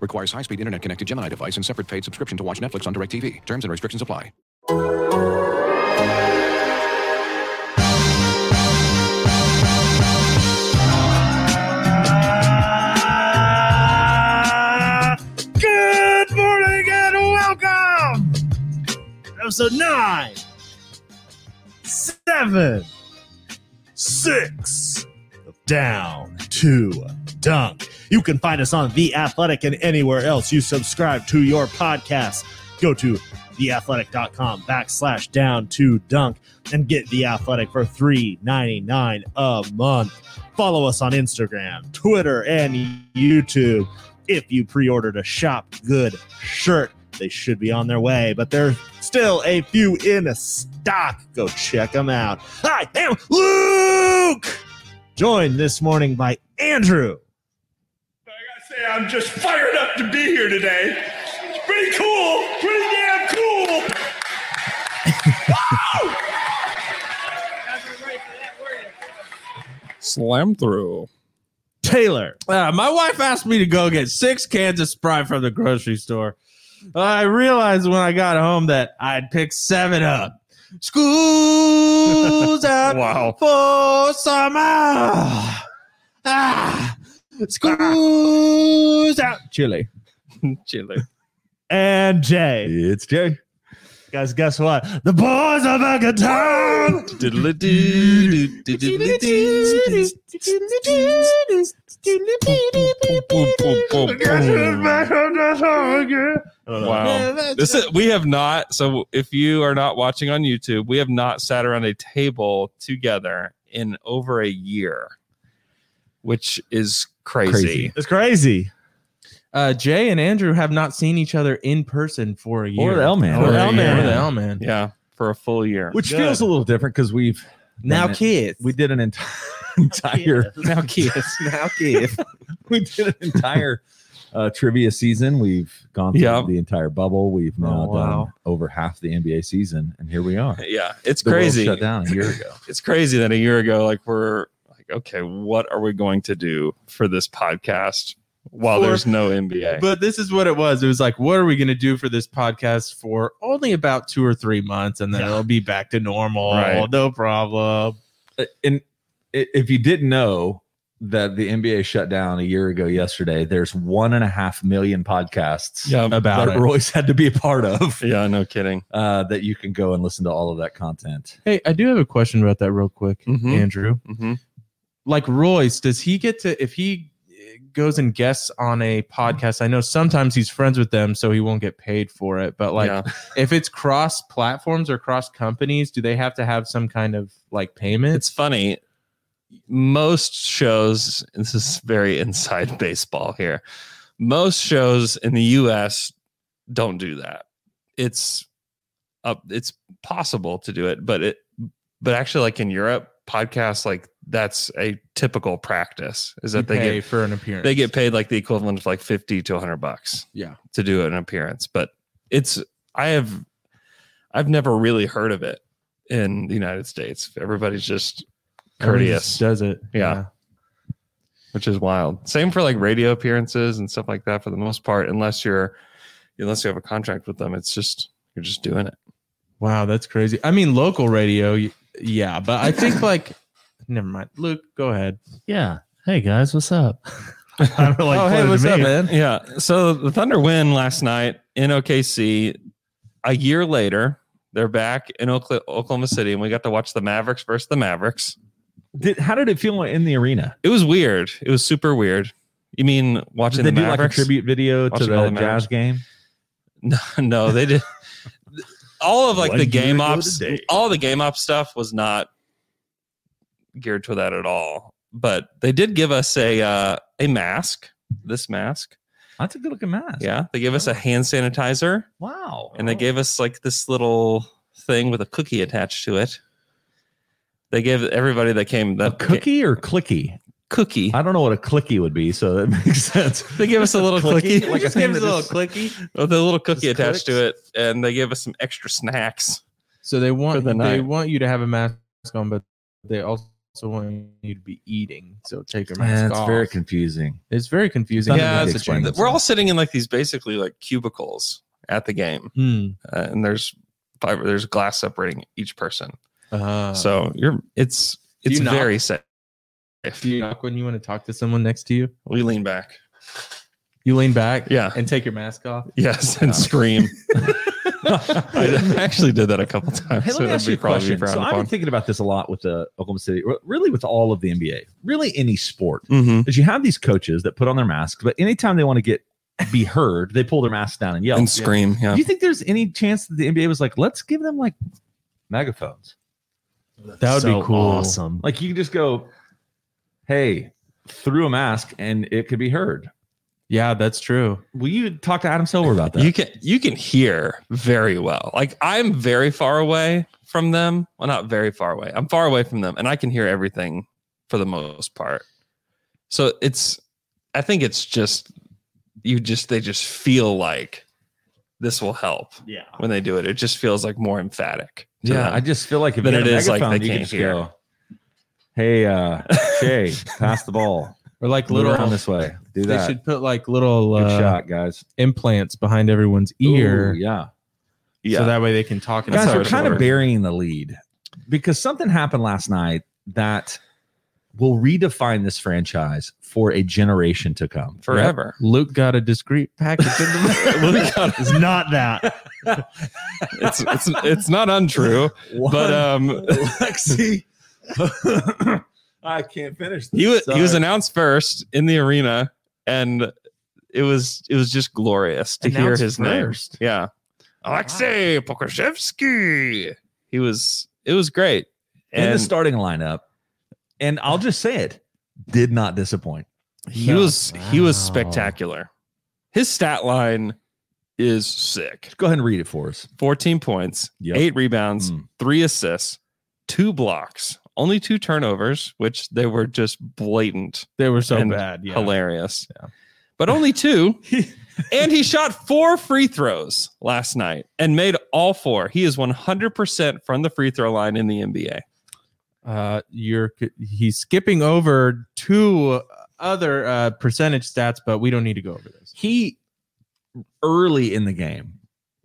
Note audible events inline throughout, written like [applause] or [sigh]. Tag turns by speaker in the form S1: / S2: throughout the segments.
S1: Requires high speed internet connected Gemini device and separate paid subscription to watch Netflix on DirecTV. Terms and restrictions apply.
S2: Good morning and welcome! Episode 9, 7, 6 of Down to Dunk. You can find us on The Athletic and anywhere else you subscribe to your podcast. Go to theathletic.com backslash down to dunk and get The Athletic for $3.99 a month. Follow us on Instagram, Twitter, and YouTube if you pre-ordered a shop good shirt they should be on their way but there's still a few in stock go check them out i am luke joined this morning by andrew
S3: I gotta say, I'm just fired up to be here today. It's pretty cool, pretty damn cool. Woo!
S4: Slam through.
S2: taylor
S4: Uh, my wife asked me to go get six cans of Sprite from the grocery store. Uh, I realized when I got home that I'd picked seven up. School's out
S2: Wow.
S4: for summer. Ah, school's out. Chili. Chili.
S2: and jay
S5: It's Jay.
S2: guys guess what the boys are back in town
S4: Wow. This is we have not so if you are not watching on YouTube, we have not sat around a table together in over a year, which is crazy.
S5: Crazy.
S2: it's crazy
S6: Uh, Jay and Andrew have not seen each other in person for a year.
S5: Or the L Man.
S6: Or
S2: Or
S6: the L
S2: L-Man.
S6: man. Or the
S5: Oh,
S6: L man.
S4: Yeah, for a full year.
S5: Which feels a little different because we've
S6: Now
S5: Done it.
S6: kids.
S5: we did an entire [laughs] entire
S4: now
S5: [laughs]
S4: kids.
S6: now kids.
S5: we did an entire uh, trivia season. We've gone through
S4: Yeah.
S5: the entire bubble. We've now
S6: Oh, wow.
S5: done over half the NBA season, and here we are.
S4: yeah, it's
S5: The world
S4: crazy.
S5: shut down a year ago.
S4: It's crazy that a year ago, like we're like, okay, what are we going to do for this podcast while
S6: For-
S4: there's no NBA?
S6: but this is what it was. It was like, what are we going to do for this podcast for only about two or three months, and then it'll be back to normal.
S4: Right.
S6: No problem.
S5: Uh, And i- if you didn't know that the NBA shut down a year ago yesterday, there's one and a half million podcasts
S4: yeah,
S6: About
S5: that
S6: it.
S5: Royce had to be a part of
S4: yeah, no kidding.
S5: uh, that you can go and listen to all of that content.
S6: Hey, I do have a question about that real quick,
S4: Mhm.
S6: Andrew.
S4: hmm
S6: Like Royce, does he get to if he eh, goes and guests on a podcast? I know sometimes he's friends with them, so he won't get paid for it. But like,
S4: yeah. [laughs]
S6: if it's cross platforms or cross companies, do they have to have some kind of like payment?
S4: It's funny. Most shows, and this is very inside [laughs] baseball here. Most shows in the US don't do that. It's up it's possible to do it, but it but actually like in Europe, podcasts like that's a typical practice is
S6: You
S4: that they
S6: pay
S4: get
S6: for an appearance.
S4: they get paid like the equivalent of like 50 to 100 bucks
S6: Yeah.
S4: to do an appearance but it's i have i've never really heard of it in the united states everybody's just
S6: Everyone
S4: courteous
S6: just Does it?
S4: Yeah. which is wild same for like radio appearances and stuff like that for the most part unless you're unless you have a contract with them it's just you're just doing it
S6: Wow, that's crazy. I mean, local radio, y- yeah, but I think like, never mind. Luke, go ahead.
S2: yeah hey guys what's up [laughs] I don't know, like
S6: oh,
S2: pointed
S6: hey,
S2: to
S6: what's up,
S2: me.
S6: man?
S4: yeah so the thunder win last night in okc a year later they're back in Okla- oklahoma city and we got to watch the mavericks versus the mavericks
S5: Did, how did it feel in the arena?
S4: It was weird. It was super weird. You mean
S5: Did
S4: watching
S5: they
S4: the
S5: do like a
S4: Mavericks?
S5: tribute video
S4: Watching
S5: to
S4: all
S5: the,
S4: the Mavericks.
S5: Jazz game?
S4: no, [laughs] no, they did. all of like
S2: One
S4: the
S2: year
S4: game
S2: ago
S4: ops,
S2: today.
S4: all the game ops stuff was not geared to that at all. But they did give us a uh, a mask. This mask
S5: That's a good looking mask. Oh.
S4: Yeah. They gave us a hand sanitizer
S5: Wow.
S4: and they gave us like this little thing with a cookie attached to it. They gave everybody that came
S5: a
S4: that
S5: cookie or clicky?
S4: cookie.
S5: I don't know what a clicky would be, so that [laughs] makes sense.
S4: They gave us a little
S5: Clicky?
S4: cookie,
S5: Like [laughs] a
S4: Just
S5: thing
S4: gave us a
S5: that
S4: little
S5: just-
S4: clicky, with a little cookie
S6: Just
S4: attached to it,
S6: clicks?
S4: and they gave us some extra snacks.
S6: So they want
S4: the
S6: they
S4: night.
S6: want you to have a mask on, but they also want you to be eating. So take your mask
S5: Man, Eh, it's
S6: off.
S5: very confusing.
S6: it's very confusing.
S5: None of
S4: Yeah,
S5: it
S4: it's
S5: explains
S4: We're all
S5: itself.
S4: sitting in like these basically like cubicles at the game,
S6: Hmm.
S4: uh, and there's five, there's glass separating each person.
S6: Uh,
S4: so you're it's
S6: Do
S4: it's
S6: you knock?
S4: very safe.
S6: do you knock when you want to talk to someone next to you?
S4: We lean back,
S6: You lean back,
S4: Yeah.
S6: and take your mask off.
S4: yes,
S6: [laughs]
S4: and scream. [laughs] I actually did that a couple times.
S5: Hey, let me
S4: that'd
S5: ask
S4: be
S5: you a
S4: probably
S5: question.
S4: frowned
S5: So I've been
S4: upon.
S5: thinking about this a lot with the Oklahoma City, re- really with all of the NBA, really any sport.
S4: Mhm.
S5: Is you have these coaches that put on their masks, but anytime they want to get be heard, they pull their masks down and yell.
S4: and scream. Yeah,
S5: Do you think there's any chance that the NBA was like, let's give them like megaphones?
S6: That would
S2: So
S6: be cool. [laughs]
S2: Awesome.
S5: Like you could just go, hey, through a mask and it could be heard.
S6: Yeah, that's true.
S5: Will you talk to Adam Silver about that?
S4: you can you can hear very well. Like I'm very far away from them. Well, not very far away. I'm far away from them, and I can hear everything for the most part. So it's, I think it's just you just they just feel like this will help
S2: Yeah.
S4: when they do it. It just feels like more emphatic. to
S5: yeah,
S4: them.
S5: I just feel like if you
S4: Then
S5: had a
S4: it is like
S5: megaphone,
S4: they
S5: you could
S4: can't
S5: just
S4: hear.
S5: go,
S6: [laughs]
S5: hey, uh, Shay, pass the ball.
S6: Or like
S5: Move
S6: little.
S5: around this way. Do
S6: They
S5: that.
S6: should put like little
S5: Good
S6: uh,
S5: shot, guys.
S6: implants behind everyone's ear,
S5: Ooh, yeah.
S4: yeah.
S6: so that way they can talk.
S4: That's
S5: Guys,
S4: how
S5: we're
S4: it
S5: kind of
S4: works.
S5: burying the lead because something happened last night that will redefine this franchise for a generation to come.
S4: [laughs] forever.
S6: Luke got a discreet package. in the
S2: [laughs]
S4: Look at it.
S2: It's not that.
S4: it's it's it's not untrue, but um,
S5: Lexi, I can't finish.
S4: he was he was
S5: Sorry.
S4: announced first in the arena, and it was it was just glorious to hear
S6: Announced
S4: his
S6: first?
S4: name. Yeah, Alexei Pokashevsky. He was it was great,
S5: [laughs] in the
S4: and
S5: starting lineup, and I'll just say it did not disappoint.
S4: he was he was
S6: Wow.
S4: spectacular. His stat line is sick:
S5: Go ahead and read it for us.
S4: fourteen points,
S5: Yep.
S4: eight rebounds,
S5: Mm.
S4: three assists, two blocks, only two turnovers, which they were just blatant.
S6: they were so
S4: And
S6: bad. Yeah.
S4: hilarious. But only two. and he shot four free throws last night and made all four. He is 100% from the free throw line in the NBA.
S6: Uh, you're he's skipping over two other uh, percentage stats, but we don't need to go over those.
S5: He early in the game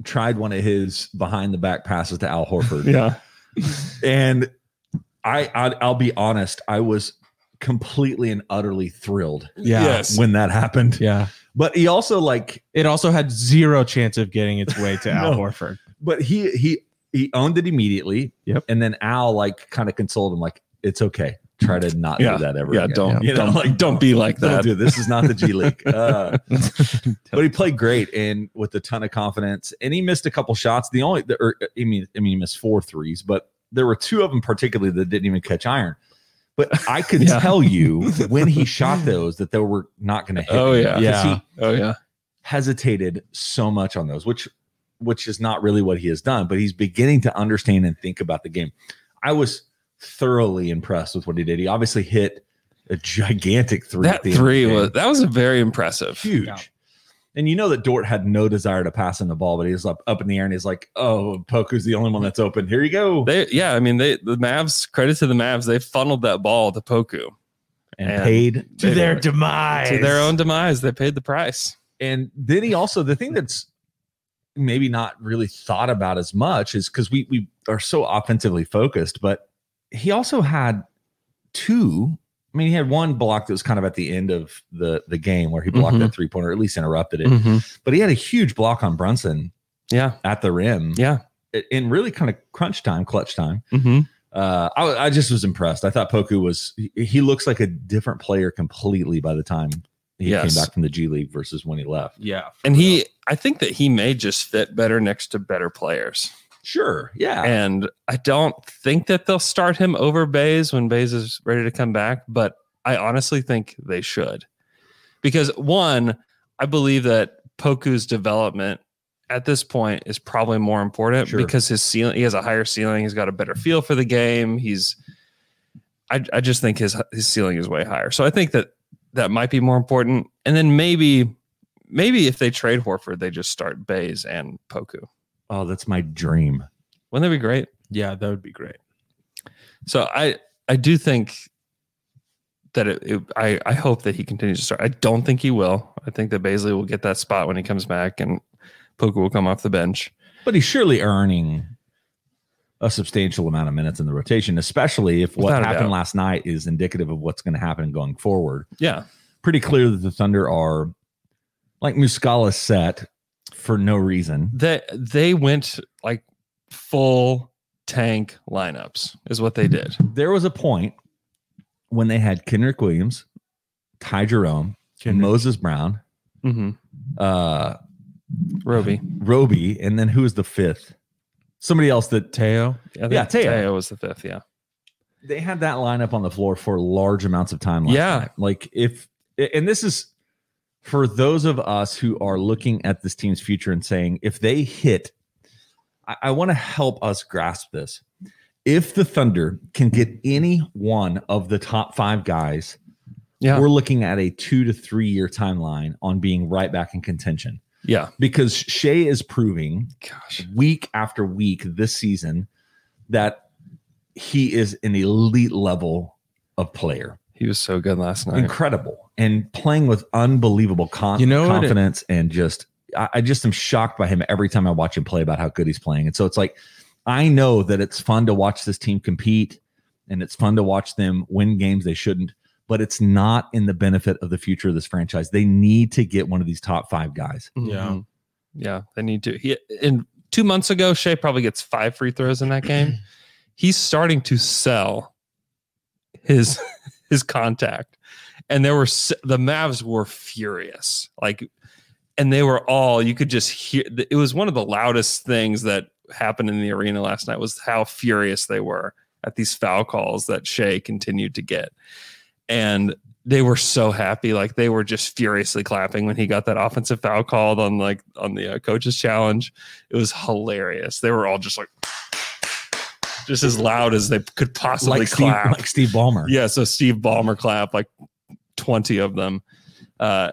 S5: tried one of his behind the back passes to
S6: [laughs]
S5: Al Horford.
S4: Yeah.
S5: and I, I I'll be honest, I was completely and utterly thrilled
S6: Yeah.
S4: Yes.
S5: when that happened.
S6: Yeah.
S5: But he also like,
S6: It also had zero chance of getting its way
S5: [laughs]
S6: to Al
S5: No.
S6: Horford.
S5: but he he he owned it immediately.
S6: Yep.
S5: And then Al like kind of consoled him, like it's okay. Try to not
S4: Yeah.
S5: do that ever.
S4: Yeah,
S5: again."
S4: don't-
S5: You know,
S4: don't- don't be like that.
S5: do- this is not
S4: [laughs]
S5: the G League. Uh, but he played great and with a ton of confidence. And he missed a couple shots. The only, the, or, I mean, I mean, he missed four threes, but there were two of them particularly that didn't even catch iron. But I
S4: [laughs]
S5: could
S4: Yeah.
S5: tell you when he shot those that they were not going to hit.
S4: Oh, yeah.
S5: 'Cause
S6: Yeah.
S5: He
S4: Oh, yeah.
S5: hesitated so much on those, which, which is not really what he has done. But he's beginning to understand and think about the game. I was thoroughly impressed with what he did. He obviously hit a gigantic three.
S4: That
S5: at the end of
S4: three
S5: the game
S4: was, that was a very impressive.
S5: huge.
S6: Yeah.
S5: And you know that Dort had no desire to pass in the ball, but he was up, up in the air and he's like, "Oh, Poku's the only one that's open. Here you go."
S4: They, yeah, I mean, they, the Mavs, credit to the Mavs, they funneled that ball to Poku
S5: And,
S4: And-
S5: paid.
S2: To
S4: They-
S2: their demise.
S4: to their own demise. They paid the price.
S5: And then he also the thing that's maybe not really thought about as much is because we we are so offensively focused, but he also had two. I mean, he had one block that was kind of at the end of the the game where he blocked
S4: Mhm.
S5: that three pointer, at least interrupted it. But he had a huge block on Brunson
S4: Mm-hmm. Yeah.
S5: at the rim,
S4: Yeah.
S5: in really kind of crunch time, clutch time.
S4: Mm-hmm.
S5: uh, I, I just was impressed. I thought Poku was he, he looks like a different player completely by the time he
S4: Yes.
S5: came back from the G League versus when he left.
S6: Yeah.
S4: And he, I think that he may just fit better next to better players.
S5: Sure, yeah,
S4: And I don't think that they'll start him over Bays when Bays is ready to come back, but I honestly think they should. Because one, I believe that Poku's development at this point is probably more important
S5: Sure.
S4: because his ceiling he has a higher ceiling, he's got a better feel for the game. He's I I just think his his ceiling is way higher. So I think that that might be more important. And then maybe maybe if they trade Horford, they just start Bays and Poku.
S5: Oh, that's my dream.
S4: Wouldn't that be great?
S6: Yeah, that would be great.
S4: So I I do think that it, it- I I hope that he continues to start. I don't think he will. I think that Baisley will get that spot when he comes back, and Puka will come off the bench.
S5: But he's surely earning a substantial amount of minutes in the rotation, especially if what
S4: Without a doubt.
S5: happened last night is indicative of what's going to happen going forward.
S4: Yeah,
S5: Pretty clear that the Thunder are, like Muscala set, for no reason.
S4: they they went like full tank lineups is what they did.
S5: There was a point when they had Kendrick Williams, Ty Jerome, Moses Brown,
S4: Mm-hmm.
S5: uh,
S4: Roby,
S5: Roby, and then who is the fifth? Somebody else that
S6: Teo.
S4: I think
S5: Yeah, Teo.
S4: was the fifth. Yeah,
S5: they had that lineup on the floor for large amounts of time. last
S4: Yeah.
S5: night. Like if, and this is for those of us who are looking at this team's future and saying, if they hit, I, I want to help us grasp this. If the Thunder can get any one of the top five guys,
S4: yeah,
S5: we're looking at a two to three year timeline on being right back in contention
S4: yeah.
S5: because Shea is proving
S4: Gosh,
S5: week after week this season that he is an elite level of player.
S4: he was so good last night.
S5: Incredible. And playing with unbelievable con-
S6: You know what it-
S5: confidence and just I, I just am shocked by him every time I watch him play about how good he's playing. And so it's like I know that it's fun to watch this team compete and it's fun to watch them win games they shouldn't, but it's not in the benefit of the future of this franchise. They need to get one of these top five guys.
S4: Mhm. Yeah, they need to. He in two months ago, Shea probably gets five free throws in that game. He's starting to sell his [laughs] his contact, and there were s- the Mavs were furious, like, and they were all you could just hear. It was one of the loudest things that happened in the arena last night was how furious they were at these foul calls that Shea continued to get, and they were so happy like they were just furiously clapping when he got that offensive foul called on like on the uh, coaches challenge it was hilarious they were all just like just as loud as they could possibly
S5: Like Steve,
S4: clap
S5: like Steve Ballmer.
S4: yeah so steve ballmer clap like 20 of them uh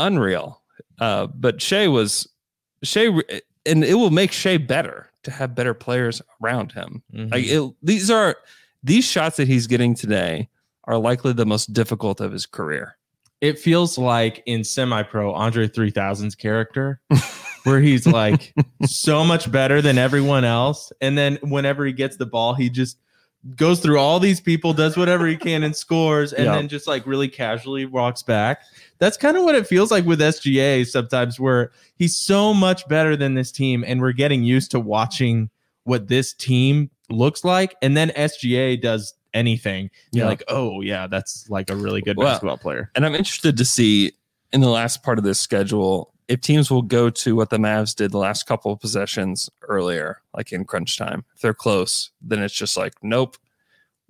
S4: unreal uh but shea was shea and it will make shea better to have better players around him
S2: Mm-hmm.
S6: Mm-hmm.
S4: like it, these are these shots that he's getting today are likely the most difficult of his career.
S6: it feels like in semi-pro andre 3000's
S5: [laughs]
S6: character where he's like so much better than everyone else and then whenever he gets the ball he just goes through all these people does whatever he can and scores and
S4: Yeah.
S6: then just like really casually walks back that's kind of what it feels like with sga sometimes where he's so much better than this team and we're getting used to watching what this team looks like and then sga does anything you're
S4: Yeah.
S6: like oh yeah that's like a really good
S4: Well,
S6: basketball player
S4: And I'm interested to see in the last part of this schedule if teams will go to what the Mavs did the last couple of possessions earlier, like in crunch time. If they're close, then it's just like, nope,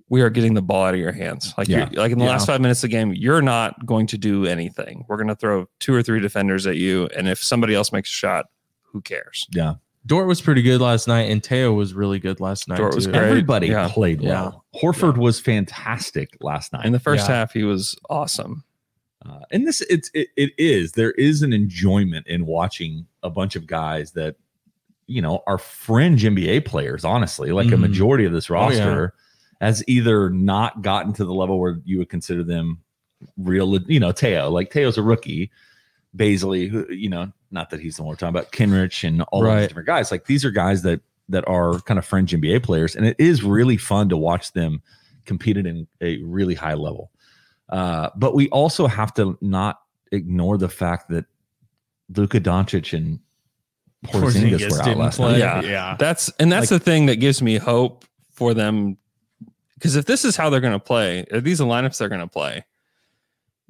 S4: we are getting the ball out of your hands. Like,
S5: Yeah.
S4: you're, like in the
S5: Yeah.
S4: last five minutes of the game, you're not going to do anything. We're going to throw two or three defenders at you, and if somebody else makes a shot, who cares?
S6: Dort was pretty good last night, and Teo was really good last night.
S4: Dort was
S6: too.
S4: great.
S5: Everybody
S4: Yeah.
S5: played
S6: Yeah.
S5: well. Horford was fantastic last night.
S4: In the first
S6: Yeah.
S4: half, he was awesome.
S5: Uh, and this it's it, it is there is an enjoyment in watching a bunch of guys that you know are fringe NBA players honestly like a
S6: Mhm.
S5: majority of this
S6: Oh, yeah.
S5: roster has either not gotten to the level where you would consider them real you know Teo like Teo's a rookie Baisley who you know not that he's the one we're talking about Kenrich and all
S6: Right.
S5: these different guys like these are guys that that are kind of fringe NBA players and it is really fun to watch them competed in a really high level. Uh, but we also have to not ignore the fact that Luka Doncic and Porzingis, were out last night.
S4: Yeah.
S6: yeah.
S4: That's and that's
S5: Like-
S4: the thing that gives me hope for them. Because if this is how they're going to play, if these are lineups they're going to play,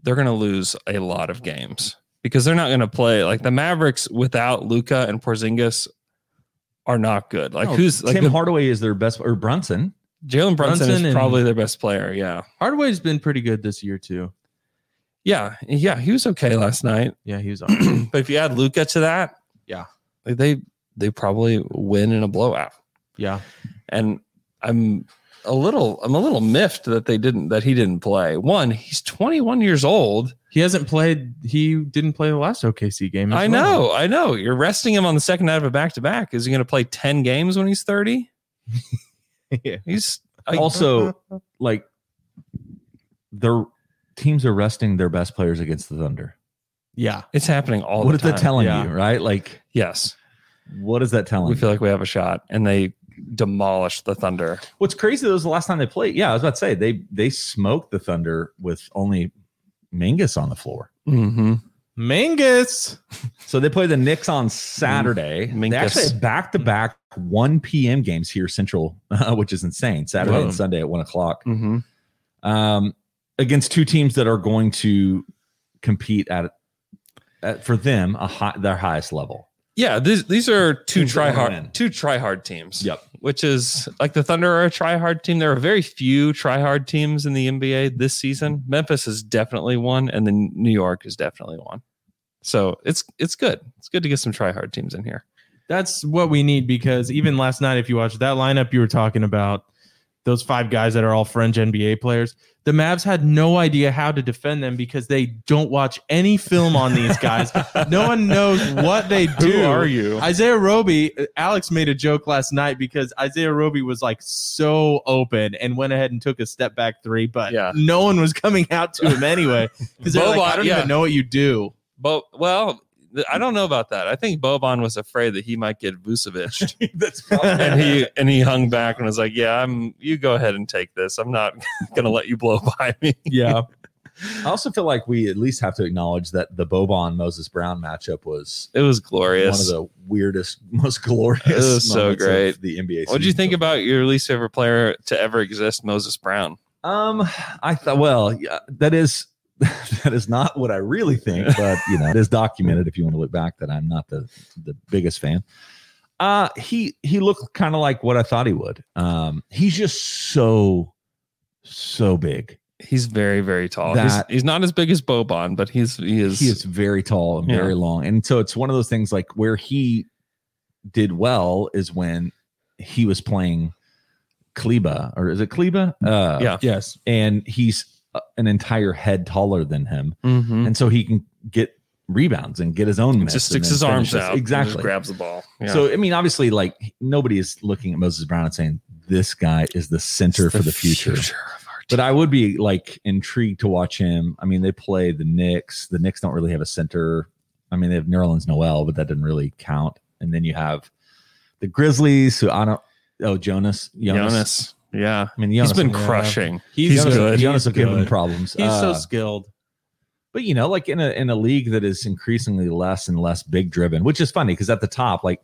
S4: they're going to lose a lot of games because they're not going to play like the Mavericks without Luca and Porzingis are not good. Like
S5: No,
S4: who's like
S5: Tim
S4: the-
S5: Hardaway is their best, or Brunson.
S4: Jalen Brunson,
S6: Brunson
S4: is
S6: and-
S4: probably their best player. Yeah,
S6: Hardway's been pretty good this year too.
S4: Yeah, yeah, he was okay last night.
S6: Yeah, he was on.
S4: [clears throat] but if you add Luca to that,
S6: Yeah.
S4: like they they probably win in a blowout.
S6: yeah.
S4: And I'm a little I'm a little miffed that they didn't that he didn't play. One, he's 21 years old.
S6: He hasn't played. He didn't play the last OKC game. as
S4: I
S6: well.
S4: know, I know. You're resting him on the second night of a back to back. Is he going to play 10 games when he's 30?
S6: [laughs] Yeah.
S4: He's I-
S5: [clears throat] also, like, their teams are resting their best players against the Thunder.
S6: Yeah.
S4: it's happening all
S5: what
S4: the
S5: is
S4: time.
S5: that telling
S6: Yeah.
S5: you, right? Like,
S4: Yes,
S5: what is that telling?
S4: we
S5: you?
S4: feel like we have a shot, and they demolish the Thunder.
S5: What's crazy though is the last time they played. Yeah, I was about to say they they smoked the Thunder with only Mingus on the floor.
S4: Mm-hmm.
S6: Mangus.
S5: So they play the Knicks on Saturday.
S4: Minkus.
S5: They actually have back to back 1 p.m. games here Central, [laughs] which is insane. Saturday
S4: Whoa.
S5: and Sunday at one o'clock
S4: Mm-hmm.
S5: um, against two teams that are going to compete at, at for them a high, their highest level.
S4: Yeah, these these are two
S5: Teams that
S4: try
S5: wanna
S4: hard
S5: win.
S4: two try hard teams.
S5: Yep.
S4: Which is like the Thunder are a try hard team. There are very few try hard teams in the NBA this season. Memphis is definitely one, and then New York is definitely one. So it's it's good. It's good to get some try hard teams in here.
S6: That's what we need because even last night, if you watched that lineup you were talking about, those five guys that are all fringe NBA players, the Mavs had no idea how to defend them because they don't watch any film on these guys. no one knows what they do.
S4: you?
S6: Isaiah Roby, Alex made a joke last night because Isaiah Roby was like so open and went ahead and took a step back three, but
S4: Yeah.
S6: no one was coming out to him anyway because they're like,
S4: Boban,
S6: I don't
S4: yeah.
S6: even
S5: [laughs]
S6: know what you do.
S4: Bo- well, th- I don't know about that. I think Boban was afraid that he might get
S5: [laughs]
S4: Vucevic,
S5: That's
S4: and he and he hung back and was like, "Yeah, I'm. You go ahead and take this. I'm not [laughs] gonna let you blow by me."
S6: Yeah.
S5: I also feel like we at least have to acknowledge that the Boban Moses Brown matchup was
S4: It was glorious.
S5: one of the weirdest, [laughs] most glorious.
S4: It was so
S5: moments of
S4: great.
S5: The NBA.
S4: What do you
S5: season.
S4: think about your least favorite player to ever exist, Moses Brown?
S5: Um, I thought. Well, yeah, that is [laughs] that is not what I really think, but you know, it is documented. If you want to look back, that I'm not the the biggest fan. Uh he he looked kind of like what I thought he would. Um, he's just so so big.
S4: He's very, very tall. He's,
S5: That-
S4: he's not as big as Boban, but he's he is.
S5: he is very tall and very long. And so it's one of those things like where he did well is when he was playing Kleba or is it Kleba? Uh,
S4: Yeah.
S6: Yes.
S5: And he's uh, an entire head taller than him.
S4: Mhm.
S5: And so he can get rebounds and get his own. miss
S4: just
S5: and
S4: sticks
S5: then
S4: his arms
S5: finishes.
S4: out. and
S5: Exactly.
S4: just grabs the ball. Yeah.
S5: So, I mean, obviously, like nobody is looking at Moses Brown and saying this guy is the center for the future.
S4: of our
S5: But I would be like intrigued to watch him. I mean, they play the Knicks. The Knicks don't really have a center. I mean, they have New Orleans Noel, but that didn't really count. And then you have the Grizzlies, who I don't. Oh, Jonas, Jonas.
S4: Jonas. Yeah.
S5: I mean,
S4: He's
S5: Jonas,
S4: been
S6: yeah.
S4: crushing.
S6: He's,
S4: He's
S6: good.
S4: good.
S5: Jonas have given him
S6: good. [laughs]
S5: problems.
S6: He's so
S5: Uh,
S6: skilled.
S5: but you know, like in a in a league that is increasingly less and less big driven, which is funny because at the top, like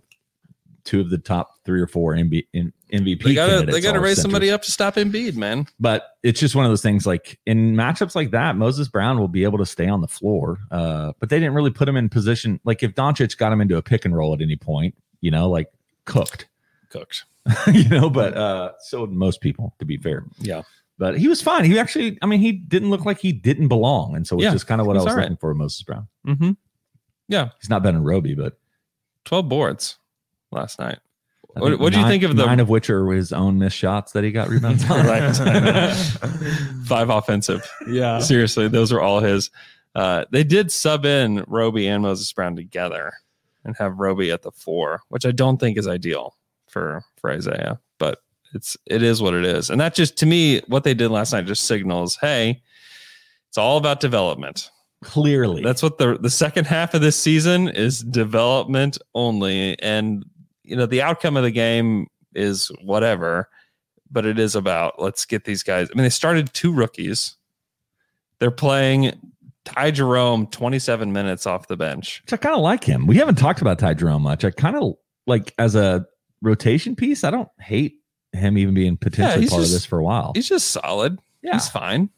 S5: two of the top three or four MB, in, MVP,
S4: They gotta they
S5: candidates
S4: gotta
S5: are
S4: raise
S5: centers.
S4: somebody up to stop Embiid, man.
S5: but it's just one of those things like in matchups like that, Moses Brown will be able to stay on the floor. Uh, but they didn't really put him in position. Like if Doncic got him into a pick and roll at any point, you know, like cooked,
S4: Cooked.
S5: [laughs] you know, but uh, so would most people, to be fair.
S4: Yeah.
S5: But he was fine. He actually, I mean, he didn't look like he didn't belong. And so it's
S4: Yeah,
S5: just kind of what I
S4: he's
S5: was
S4: all right.
S5: looking for with Moses Brown.
S4: Mm-hmm.
S5: He's not better than Roby, but
S4: Twelve boards last night. [laughs]
S5: I
S4: What- what do you
S5: nine-
S4: think of the-
S5: nine of which are his own missed shots that he got rebounds
S4: [laughs]
S5: on?
S4: Right. Five offensive.
S6: Yeah.
S4: Seriously, those were all his. Uh, they did sub in Roby and Moses Brown together and have Roby at the four, which I don't think is ideal for for Isaiah, but it's it is what it is. And that just to me, what they did last night just signals, hey, it's all about development.
S5: Clearly,
S4: That's what the the second half of this season is development only, and you know the outcome of the game is whatever, but it is about let's get these guys. I mean, they started two rookies. They're playing Ty Jerome twenty seven minutes off the bench.
S5: Which I kind of like him. We haven't talked about Ty Jerome much. I kind of like as a rotation piece. I don't hate him even being potentially
S4: he's
S5: part
S4: just-
S5: of this for a while,
S4: He's just solid.
S5: Yeah.
S4: he's fine.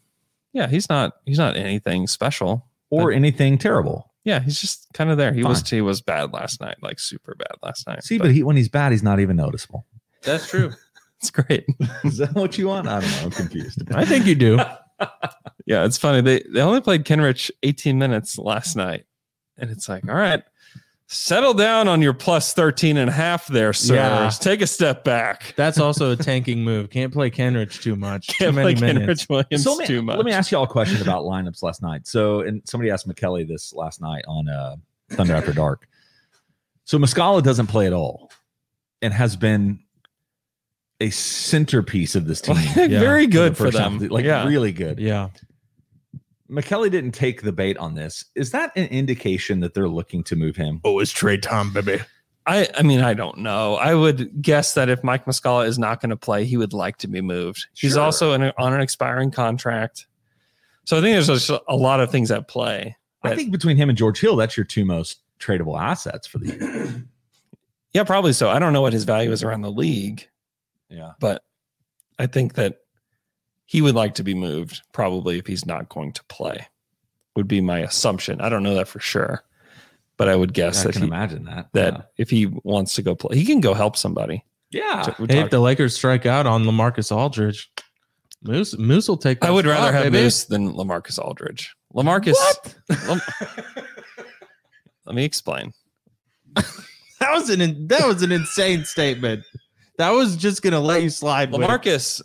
S4: Yeah, he's not he's not anything special.
S5: or anything terrible.
S4: Yeah, he's just kind of there. He was
S5: Fine.
S4: he was bad last night, like super bad last night.
S5: See, but he when he's bad, he's not even noticeable. [laughs]
S4: that's true. [laughs] It's great.
S5: Is that what you want? I don't know. I'm confused.
S6: I think you do.
S4: yeah, it's funny. They they only played Kenrich 18 minutes last night. And it's like, all right, settle down on your plus 13 and a half there, sirs.
S6: Yeah.
S4: Take a step back.
S6: That's also a tanking move. Can't play Kenrich too much.
S4: [laughs] Can't
S6: too
S4: play
S6: many minutes.
S4: Kenrich Williams
S5: [laughs] So let, me,
S4: too much.
S5: let
S4: [laughs]
S5: me ask you all a question about lineups last night. So, and somebody asked McKelly this last night on uh, Thunder After Dark. So Muscala doesn't play at all, and has been a
S4: [laughs]
S5: centerpiece of this team.
S4: Like,
S6: Yeah.
S4: very
S5: in the
S4: good for
S5: first half
S4: them.
S5: of the- like
S4: yeah.
S5: really good.
S6: Yeah.
S5: McKelly didn't take the bait on this. Is that an indication that they're looking to move him?
S6: Oh, it's Trey Tom, baby.
S4: I, I mean, I don't know. I would guess that if Mike Muscala is not going to play, he would like to be moved. He's
S5: Sure.
S4: also in a, on an expiring contract. So I think there's just a lot of things at play.
S5: I
S4: Right.
S5: think between him and George Hill, that's your two most tradable assets for the year.
S4: [clears throat] Yeah, probably so. I don't know what his value is around the league,
S5: Yeah.
S4: but I think that he would like to be moved probably if he's not going to play, would be my assumption. I don't know that for sure, but I would guess
S5: I
S4: that,
S5: can
S4: he,
S5: imagine that.
S4: that if he wants to go play, he can go help somebody.
S5: yeah.
S4: So
S5: yeah.
S4: we're
S6: Hey,
S4: talking-
S6: if the Lakers strike out on Lamarcus Aldridge, Moose Moose will take.
S4: I
S6: that
S4: would rather
S6: spot,
S4: have
S6: baby.
S4: Moose than Lamarcus Aldridge. Lamarcus. Lam- [laughs] Let me explain.
S6: That was an in- that was an insane statement. That was just gonna let you slide. with it.
S4: Lamarcus.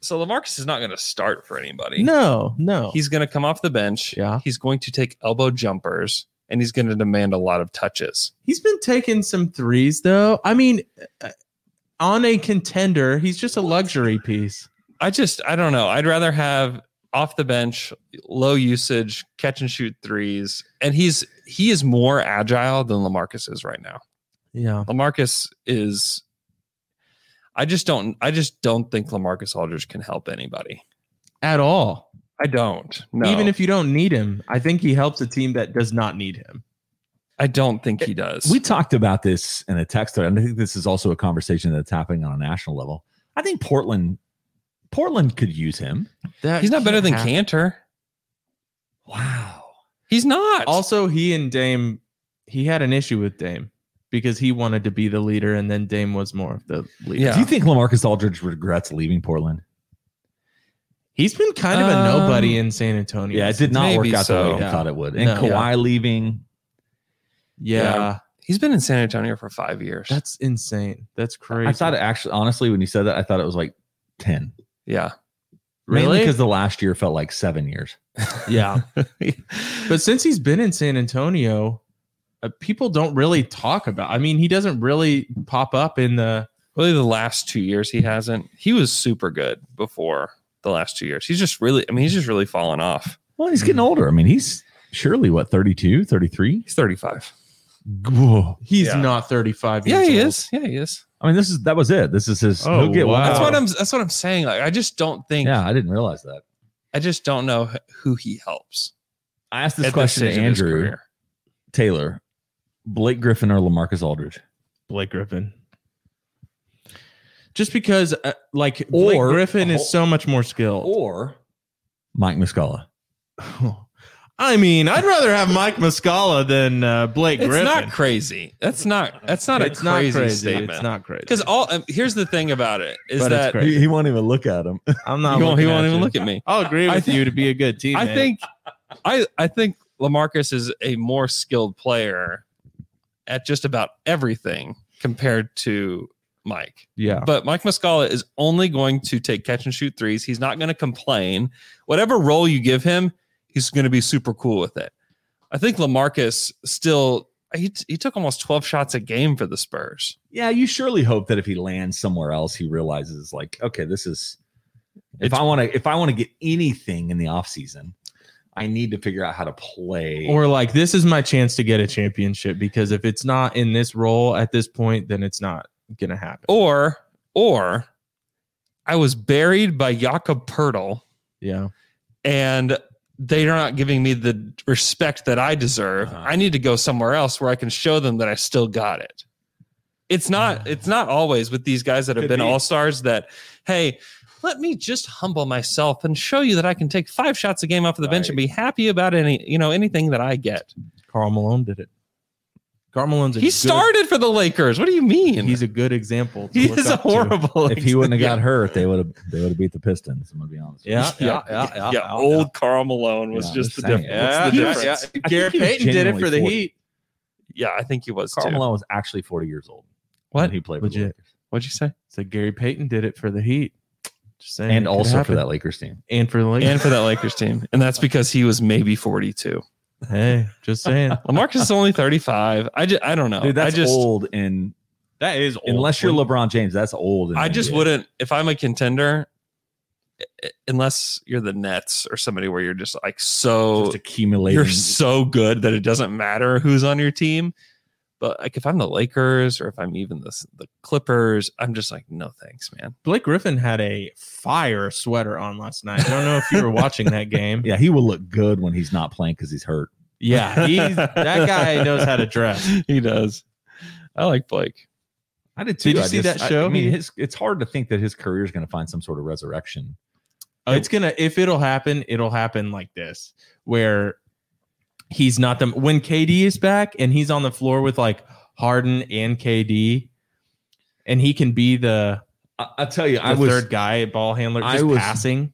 S4: So Lamarcus is not going to start for anybody.
S6: No, no.
S4: He's going to come off the bench.
S6: Yeah.
S4: He's going to take elbow jumpers and he's going to demand a lot of touches.
S6: He's been taking some threes though. I mean, uh, on a contender, he's just a luxury piece.
S4: I just, I don't know. I'd rather have off the bench, low usage, catch and shoot threes. And he's, he is more agile than Lamarcus is right now.
S6: Yeah.
S4: Lamarcus is, I just don't, I just don't think Lamarcus Aldridge can help anybody.
S6: At all.
S4: I don't. No.
S6: Even if you don't need him, I think he helps a team that does not need him.
S4: I don't think he does.
S5: We talked about this in a text thread, and I think this is also a conversation that's happening on a national level. I think Portland, Portland could use him.
S6: That
S4: he's not better than
S6: can't happen.
S4: Cantor.
S5: Wow.
S4: He's not.
S6: Also, he and Dame, he had an issue with Dame because he wanted to be the leader, and then Dame was more of the leader.
S4: Yeah.
S5: Do you think Lamarcus Aldridge regrets leaving Portland?
S6: He's been kind of a
S4: Um,
S6: nobody in San Antonio.
S5: Yeah, it did not
S4: Maybe
S5: work out the
S4: so.
S5: way he
S6: Yeah.
S5: thought it would. And
S6: No.
S5: Kawhi leaving,
S6: Yeah,
S4: Yeah. He's been in San Antonio for five years.
S6: that's insane. That's crazy.
S5: I thought it actually, honestly, when you said that, I thought it was like 10.
S4: yeah.
S6: Really?
S5: Because the last year felt like seven years.
S6: yeah,
S4: but
S6: but since he's been in San Antonio, uh, people don't really talk about. I mean, he doesn't really pop up in the.
S4: really, the last two years he hasn't. He was super good before the last two years. He's just really, I mean, he's just really fallen off.
S5: Well, he's getting older. I mean, he's surely what, 32, 33?
S4: He's 35.
S6: He's
S4: Yeah.
S6: not thirty five.
S4: Yeah, he is. Yeah, he is.
S5: I mean, this is that was it. This is his.
S6: Oh,
S5: he'll get one
S6: wow.
S4: That's
S5: out.
S4: what I'm. That's what I'm saying. Like, I just don't think.
S5: Yeah, I didn't realize that.
S4: I just don't know h- who he helps.
S5: I asked
S4: at
S5: this question
S4: stage
S5: to
S4: of his
S5: Andrew
S4: career.
S5: Taylor, Blake Griffin or Lamarcus Aldridge,
S6: Blake Griffin. Just because, uh, like, Blake
S5: Or-
S6: Griffin
S4: Oh.
S6: is so much more skilled.
S5: or Mike Muscala.
S4: Oh.
S6: [sighs] I mean, I'd rather have Mike Muscala than uh, Blake
S4: It's
S6: Griffin.
S4: not crazy. That's not. That's not
S6: it's
S4: a crazy,
S6: not crazy.
S4: statement.
S6: It's not crazy.
S4: because all um, here's the thing about it is
S6: But it's
S4: that
S6: crazy.
S5: He, he won't even look at him.
S6: I'm not.
S4: he won't, he
S6: looking
S4: won't
S6: at
S4: even
S6: you.
S4: look at me.
S6: I'll agree
S4: I
S6: with
S4: think-
S6: you to be a good teammate.
S4: I think I I think Lamarcus is a more skilled player at just about everything compared to Mike.
S6: yeah.
S4: But Mike Muscala is only going to take catch and shoot threes. He's not going to complain. Whatever role you give him, he's going to be super cool with it. I think Lamarcus still he, he took almost 12 shots a game for the Spurs.
S5: Yeah, you surely hope that if he lands somewhere else, he realizes like, okay, this is. If
S4: It's-
S5: I want to, if I want to get anything in the offseason, I need to figure out how to play.
S6: Or like, this is my chance to get a championship because if it's not in this role at this point, then it's not gonna happen.
S4: Or or I was buried by Jakob Pertl
S6: Yeah.
S4: and they're not giving me the respect that I deserve.
S5: Uh-huh.
S4: I need to go somewhere else where I can show them that I still got it. It's not it's not always with these guys that have
S5: Could
S4: been
S5: be.
S4: all-stars that hey, let me just humble myself and show you that I can take five shots a game off of the bench and be happy about any, you know, anything that I get.
S6: Carl Malone did it. Carl Malone's a
S4: He
S6: good-
S4: started for the Lakers. What do you mean?
S6: He's a good example. to
S4: he
S6: look
S4: is a
S6: up to.
S4: horrible.
S5: If he wouldn't have got hurt, they would have they would have beat the Pistons. I'm gonna be honest. with
S6: Yeah,
S5: you.
S6: yeah, yeah, yeah.
S4: yeah, old Carl Malone was
S5: Yeah,
S4: just the
S5: just saying.
S4: difference.
S5: Yeah,
S4: What's the
S6: yeah,
S4: difference?
S6: yeah.
S5: I
S6: Gary
S5: think he was
S6: Payton did it
S5: genuinely
S6: for the
S5: 40.
S6: Heat.
S4: Yeah, I think he was
S5: Carl
S4: too.
S5: Malone was actually 40 years old. when
S4: What?
S5: he played with the
S6: Legit.
S5: Lakers.
S4: What'd you say?
S6: So Gary Payton did it for the Heat. Just saying,
S5: and
S6: it could
S5: also for
S6: happen.
S5: that Lakers team.
S6: and for the Lakers.
S4: And for that Lakers team, and that's because he was maybe forty-two.
S6: hey, just saying.
S4: [laughs] Lamarcus is only thirty-five. I just, I don't know.
S5: Dude, that's
S4: I just,
S5: old. In
S6: that is old.
S5: unless you're LeBron James, that's old. in
S4: I
S5: the
S4: just
S5: NBA.
S4: wouldn't if I'm a contender, i- unless you're the Nets or somebody where you're just like
S6: Oh,
S4: so
S5: just accumulate.
S4: you're so good that it doesn't matter who's on your team. But like if I'm the Lakers or if I'm even the the Clippers, I'm just like no thanks, man.
S6: Blake Griffin had a fire sweater on last night. I don't know if you were watching that game.
S5: yeah, he will look good when he's not playing because he's hurt.
S6: Yeah,
S4: [laughs]
S6: he's, that
S5: [laughs]
S6: guy knows how to dress.
S4: He does. I like Blake.
S5: I did
S6: too.
S5: Did you
S6: I
S5: see
S6: just-
S5: that
S6: I-
S5: show?
S6: I
S5: I,
S6: mean,
S5: mean, his, it's hard to think that his career is going to find some sort of resurrection.
S6: Oh, it's gonna if it'll happen, it'll happen like this, where he's not the when KD is back and he's on the floor with like Harden and KD, and he can be the,
S5: I, I tell you,
S6: the third guy ball handler
S5: I
S6: just
S5: was-
S6: passing.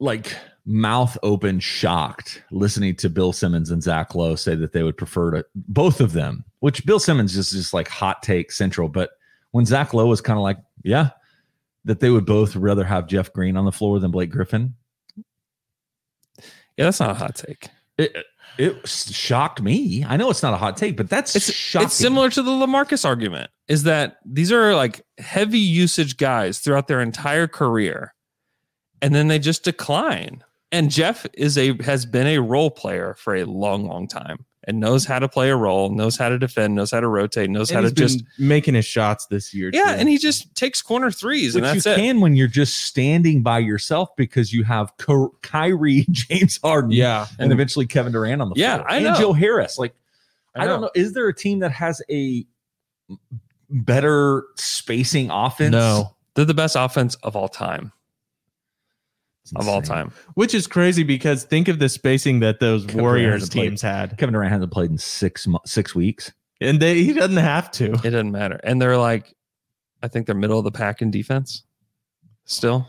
S5: like mouth open shocked listening to Bill Simmons and Zach Lowe say that they would prefer to both of them, which Bill Simmons is just like hot take central. But when Zach Lowe was kind of like, yeah, that they would both rather have Jeff Green on the floor than Blake Griffin,
S4: Yeah, that's not a hot take.
S5: it it s- shocked me. I know it's not a hot take, but that's
S4: It's
S5: shocking.
S4: It's similar to the Lamarcus argument. Is that these are like heavy usage guys throughout their entire career, and then they just decline. And Jeff is a has been a role player for a long, long time, and knows how to play a role, knows how to defend, knows how to rotate, knows
S6: And
S4: how
S6: he's
S4: to
S6: been
S4: just
S6: making his shots this year.
S4: yeah,
S6: too.
S4: and he just takes corner threes,
S5: Which
S4: and
S5: you
S4: that's it.
S5: can when you're just standing by yourself because you have Ky- Kyrie, [laughs] James Harden,
S6: yeah,
S5: and eventually Kevin Durant on the
S4: Yeah,
S5: floor.
S4: I
S5: and
S4: know.
S5: Joe Harris. Like, I,
S4: I
S5: don't know. Is there a team that has a better spacing offense?
S6: no,
S4: They're the best offense of all time. Of all time,
S6: which is crazy because think of the spacing that those
S5: Kevin Durant
S6: Warriors
S5: hasn't played.
S6: teams had,
S5: Kevin Durant hasn't played in six mo- six weeks.
S6: and they he doesn't have to.
S4: it doesn't matter. And they're like, I think they're middle of the pack in defense, still,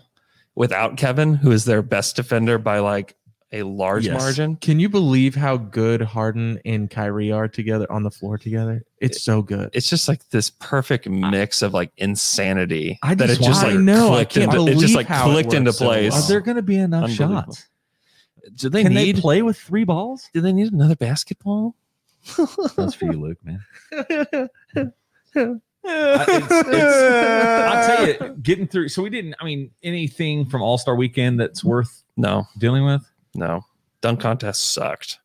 S4: without Kevin, who is their best defender by like a large
S5: Yes.
S4: margin.
S6: Can you believe how good Harden and Kyrie are together on the floor together? It's so good.
S4: It's just like this perfect mix of like insanity
S5: I
S4: that
S5: just
S4: it just
S5: want-
S4: like
S5: I
S6: know, I
S4: clicked
S6: can't
S4: into, it
S6: believe
S4: just like
S6: how it
S4: clicked into
S6: works so well.
S4: place.
S5: Are
S6: Yes.
S5: there going to be enough
S4: Unbelievable.
S5: shots?
S4: do they
S5: Can
S4: need?
S5: they play with three balls?
S4: do they need another basketball? [laughs]
S5: That's for you, Luke, man.
S6: I- [laughs]
S5: it's- it's- I'll tell you, getting through. So we didn't. I mean, anything from All Star Weekend that's worth
S4: No,
S5: dealing with.
S4: no. Dunk contest sucked.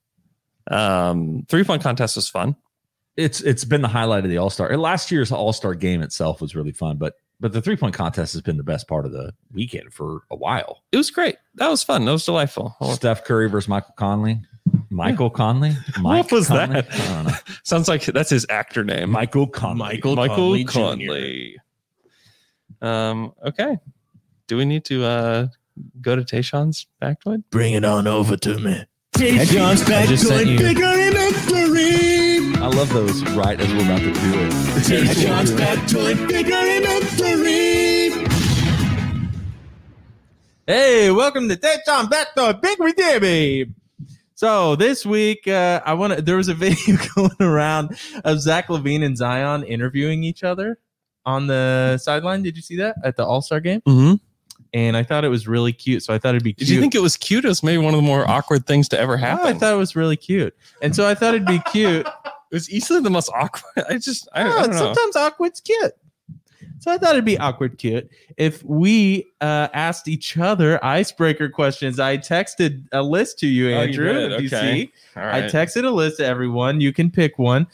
S4: Um, three point contest was fun.
S5: it's it's been the highlight of the All Star. Last year's All Star game itself was really fun, but but the three point contest has been the best part of the weekend for a while.
S4: It was great. That was fun. That was delightful. Oh,
S5: Steph Curry versus Michael Conley.
S6: [laughs]
S5: Michael Conley. Mike
S4: was
S5: Conley?
S4: that?
S5: I don't know.
S4: Sounds like that's his actor name.
S5: Michael Conley.
S4: Michael Conley. Um, okay. Do we need to uh go to Tayshawn's factoid?
S2: Bring it on over to me.
S6: Tayshaun's I just sent factoid, you- bigger
S2: inventory.
S5: I love those. Right as we're about to do it.
S2: factoid, bigger inventory.
S6: Hey, welcome to Tech John back to Big Baby. So this week, uh, I want to. There was a [laughs] video going around of Zach Levine and Zion interviewing each other on the sideline. Did you see that at the All Star game?
S4: Mm-hmm.
S6: And I thought it was really cute. So I thought it'd be.
S4: Did
S6: cute.
S4: you think it was cute? It was maybe one of the more awkward things to ever happen.
S6: No, I thought it was really cute, and so I thought
S4: [laughs]
S6: it'd be cute.
S4: it was easily the most awkward. [laughs] I just I,
S6: No,
S4: I don't
S6: it's
S4: know.
S6: sometimes awkward's cute. So I thought it'd be awkward cute if we uh, asked each other icebreaker questions. I texted a list to you,
S4: Oh, you
S6: Andrew.
S4: did.
S6: if you
S4: Okay.
S6: see.
S4: All right.
S6: I texted a list to everyone. You can pick one.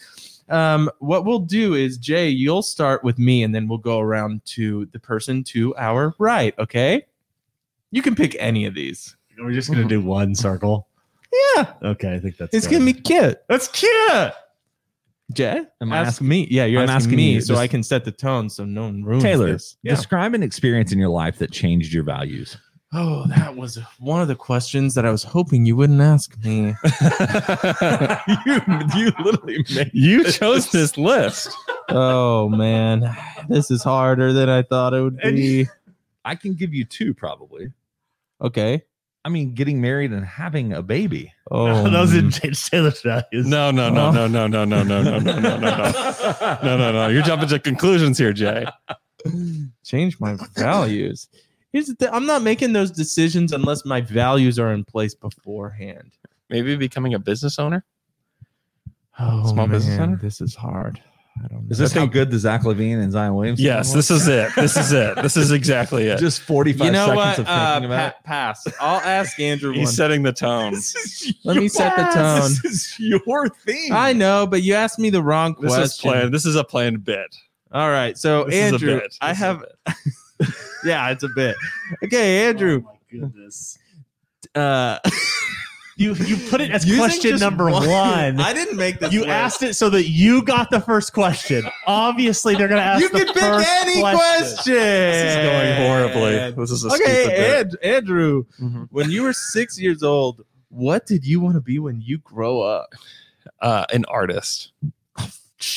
S6: Um, what we'll do is, Jay, you'll start with me, and then we'll go around to the person to our right. Okay. You can pick any of these.
S2: We're just gonna [laughs] do one circle.
S6: Yeah,
S2: Okay, I think that's.
S6: it's gonna be cute. That's cute. Jay,
S5: Am I
S6: ask
S5: asking-
S6: me. Yeah, you're
S5: I'm
S6: asking,
S5: asking
S6: me,
S5: you.
S6: so
S5: Just-
S6: I can set the tone, so no one ruins
S5: Taylor,
S6: this. Yeah.
S5: describe an experience in your life that changed your values.
S6: Oh, that was one of the questions that I was hoping you wouldn't ask
S4: [laughs]
S6: me. [laughs]
S5: you, you literally made
S4: You chose this list.
S6: oh man, this is harder than I thought it would
S5: And-
S6: be.
S5: I can give you two probably.
S6: Okay.
S5: I mean, getting married and having a baby.
S2: [laughs]
S6: Oh,
S2: Those are James Taylor's values.
S4: No, no, no,
S6: Oh.
S4: no, no, no, no, no, no, no, no, no, no. No, no, no. You're jumping to conclusions here, Jay.
S6: change my values. Here's the thing: I'm not making those decisions unless my values are in place beforehand.
S4: Maybe becoming a business owner?
S6: Oh,
S4: Small business owner?
S6: this is hard. Um, I don't know.
S5: Is this how good the Zach Levine and Zion Williamson?
S4: Yes,
S5: was?
S4: this is it. This is it. This is exactly it.
S5: [laughs] just 45
S6: you know
S5: seconds
S6: what?
S5: of thinking
S6: Uh,
S5: about
S6: pa- pass. I'll ask
S5: [laughs]
S6: Andrew one.
S4: He's setting the tone.
S6: [laughs] Let me set the tone.
S5: This is your thing.
S6: I know, but you asked me the wrong
S4: This
S6: question.
S4: is planned. This is a planned bit.
S6: All right, so
S4: This is a
S6: Andrew,
S4: bit.
S6: I
S4: This is a
S6: have. yeah, it's a bit. Okay, Andrew.
S2: Oh my goodness.
S6: Uh,
S2: [laughs] You you put it as
S6: using
S2: question
S6: just
S2: number one.
S6: [laughs] I didn't make this.
S2: you
S6: list.
S2: asked it so that you got the first question. Obviously, they're gonna ask.
S6: You
S2: the
S6: can pick
S2: first
S6: any
S2: question.
S6: question.
S4: This is going horribly. This is a stupid
S6: Okay,
S4: bit.
S6: and, Andrew,
S4: Mhm.
S6: when you were six years old, what did you want to be when you grow up?
S4: Uh, an artist,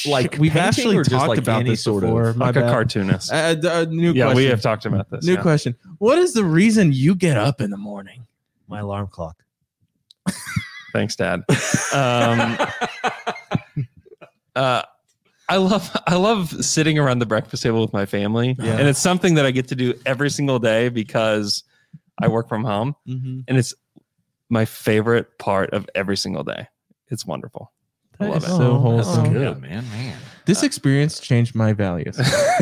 S5: Like
S6: we've
S5: painting
S6: actually
S5: or just
S6: talked
S5: like
S6: about
S5: any
S6: this
S5: sort of-
S6: before. my
S4: like a
S6: bad.
S4: cartoonist.
S6: Uh, d- uh, new
S4: yeah,
S6: question.
S4: we have talked about this.
S6: New
S4: yeah.
S6: question. What is the reason you get up in the morning?
S2: My alarm clock.
S4: Thanks, Dad.
S6: [laughs]
S4: Um, uh, I love I love sitting around the breakfast table with my family,
S6: Yeah.
S4: and it's something that I get to do every single day because I work from home,
S6: Mm-hmm.
S4: and it's my favorite part of every single day. It's wonderful. I
S6: That is
S4: love it.
S5: Oh,
S6: so wholesome.
S4: good.
S5: Yeah, man, man.
S6: This experience changed my values. [laughs]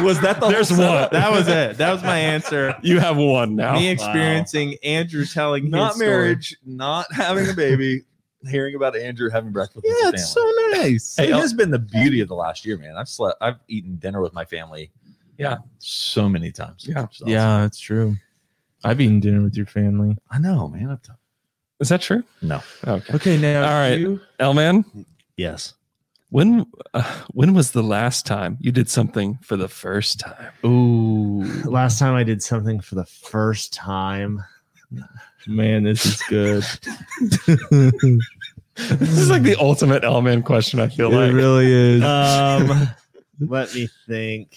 S5: Was that the
S4: There's one.
S6: that was it. That was my answer.
S4: You have one now.
S6: Me experiencing Andrew telling his
S5: not
S6: story.
S5: marriage, not having a baby, [laughs] hearing about Andrew having breakfast with
S6: Yeah,
S5: his
S6: it's
S5: family.
S6: so nice.
S5: it
S4: Hey, I'll-
S5: has been the beauty of the last year, man. I've slept, I've eaten dinner with my family.
S4: Yeah.
S5: so many times.
S4: Yeah.
S5: It's awesome.
S6: Yeah, it's true. I've eaten dinner with your family.
S5: I know, man. I've done.
S4: Is that true?
S5: No.
S4: Okay.
S6: Okay, now
S4: All right.
S6: you-
S4: Elman,
S2: Yes.
S4: when uh, when was the last time you did something for the first time? [laughs]
S6: Ooh,
S2: Last time I did something for the first time.
S6: man, this is good.
S4: this is like the ultimate Elman question. I feel like. Uh,
S6: it really is.
S2: Um, let me think.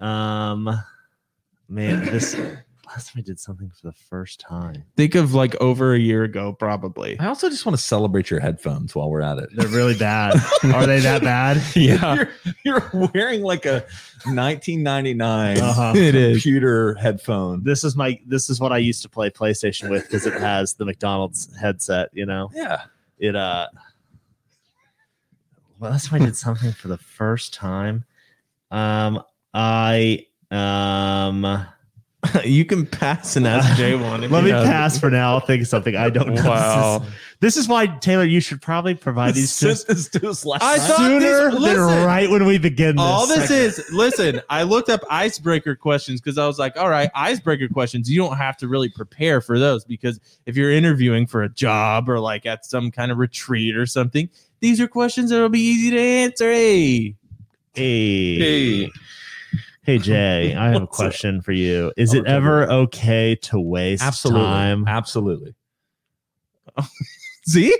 S2: Um, man, this last time I did something for the first time.
S6: Think of like over a year ago, probably.
S5: I also just want to celebrate your headphones while we're at it.
S2: They're really bad. Are they that bad?
S4: Yeah.
S5: [laughs] You're wearing like a 1999 [laughs]
S2: Uh-huh.
S6: It is.
S5: computer headphone.
S2: This is my. This is what I used to play PlayStation with because it has the McDonald's headset. You know,
S5: Yeah,
S2: it. uh Last time I did something for the first time. Um, I um.
S6: [laughs] you can pass and ask Jay one. if
S2: Let me
S6: you have- [laughs]
S2: pass for now. I'll think of something I don't know.
S4: Wow.
S2: This is why Taylor, you should probably provide these to us
S5: Sent this to us last
S6: I
S5: night.
S6: thought these-
S2: sooner than
S6: listen.
S2: right when we begin. This
S6: All this
S2: segment.
S6: is, listen, I looked up icebreaker questions because I was like, all right, icebreaker questions, you don't have to really prepare for those because if you're interviewing for a job or like at some kind of retreat or something, these are questions that'll be easy to answer. Hey,
S2: Hey, hey, Jay, I have a
S5: What's up?
S2: question for you. Is
S5: Oh,
S2: it
S5: okay.
S2: ever okay to waste
S5: Absolutely,
S2: time?
S5: [laughs] absolutely.
S6: see,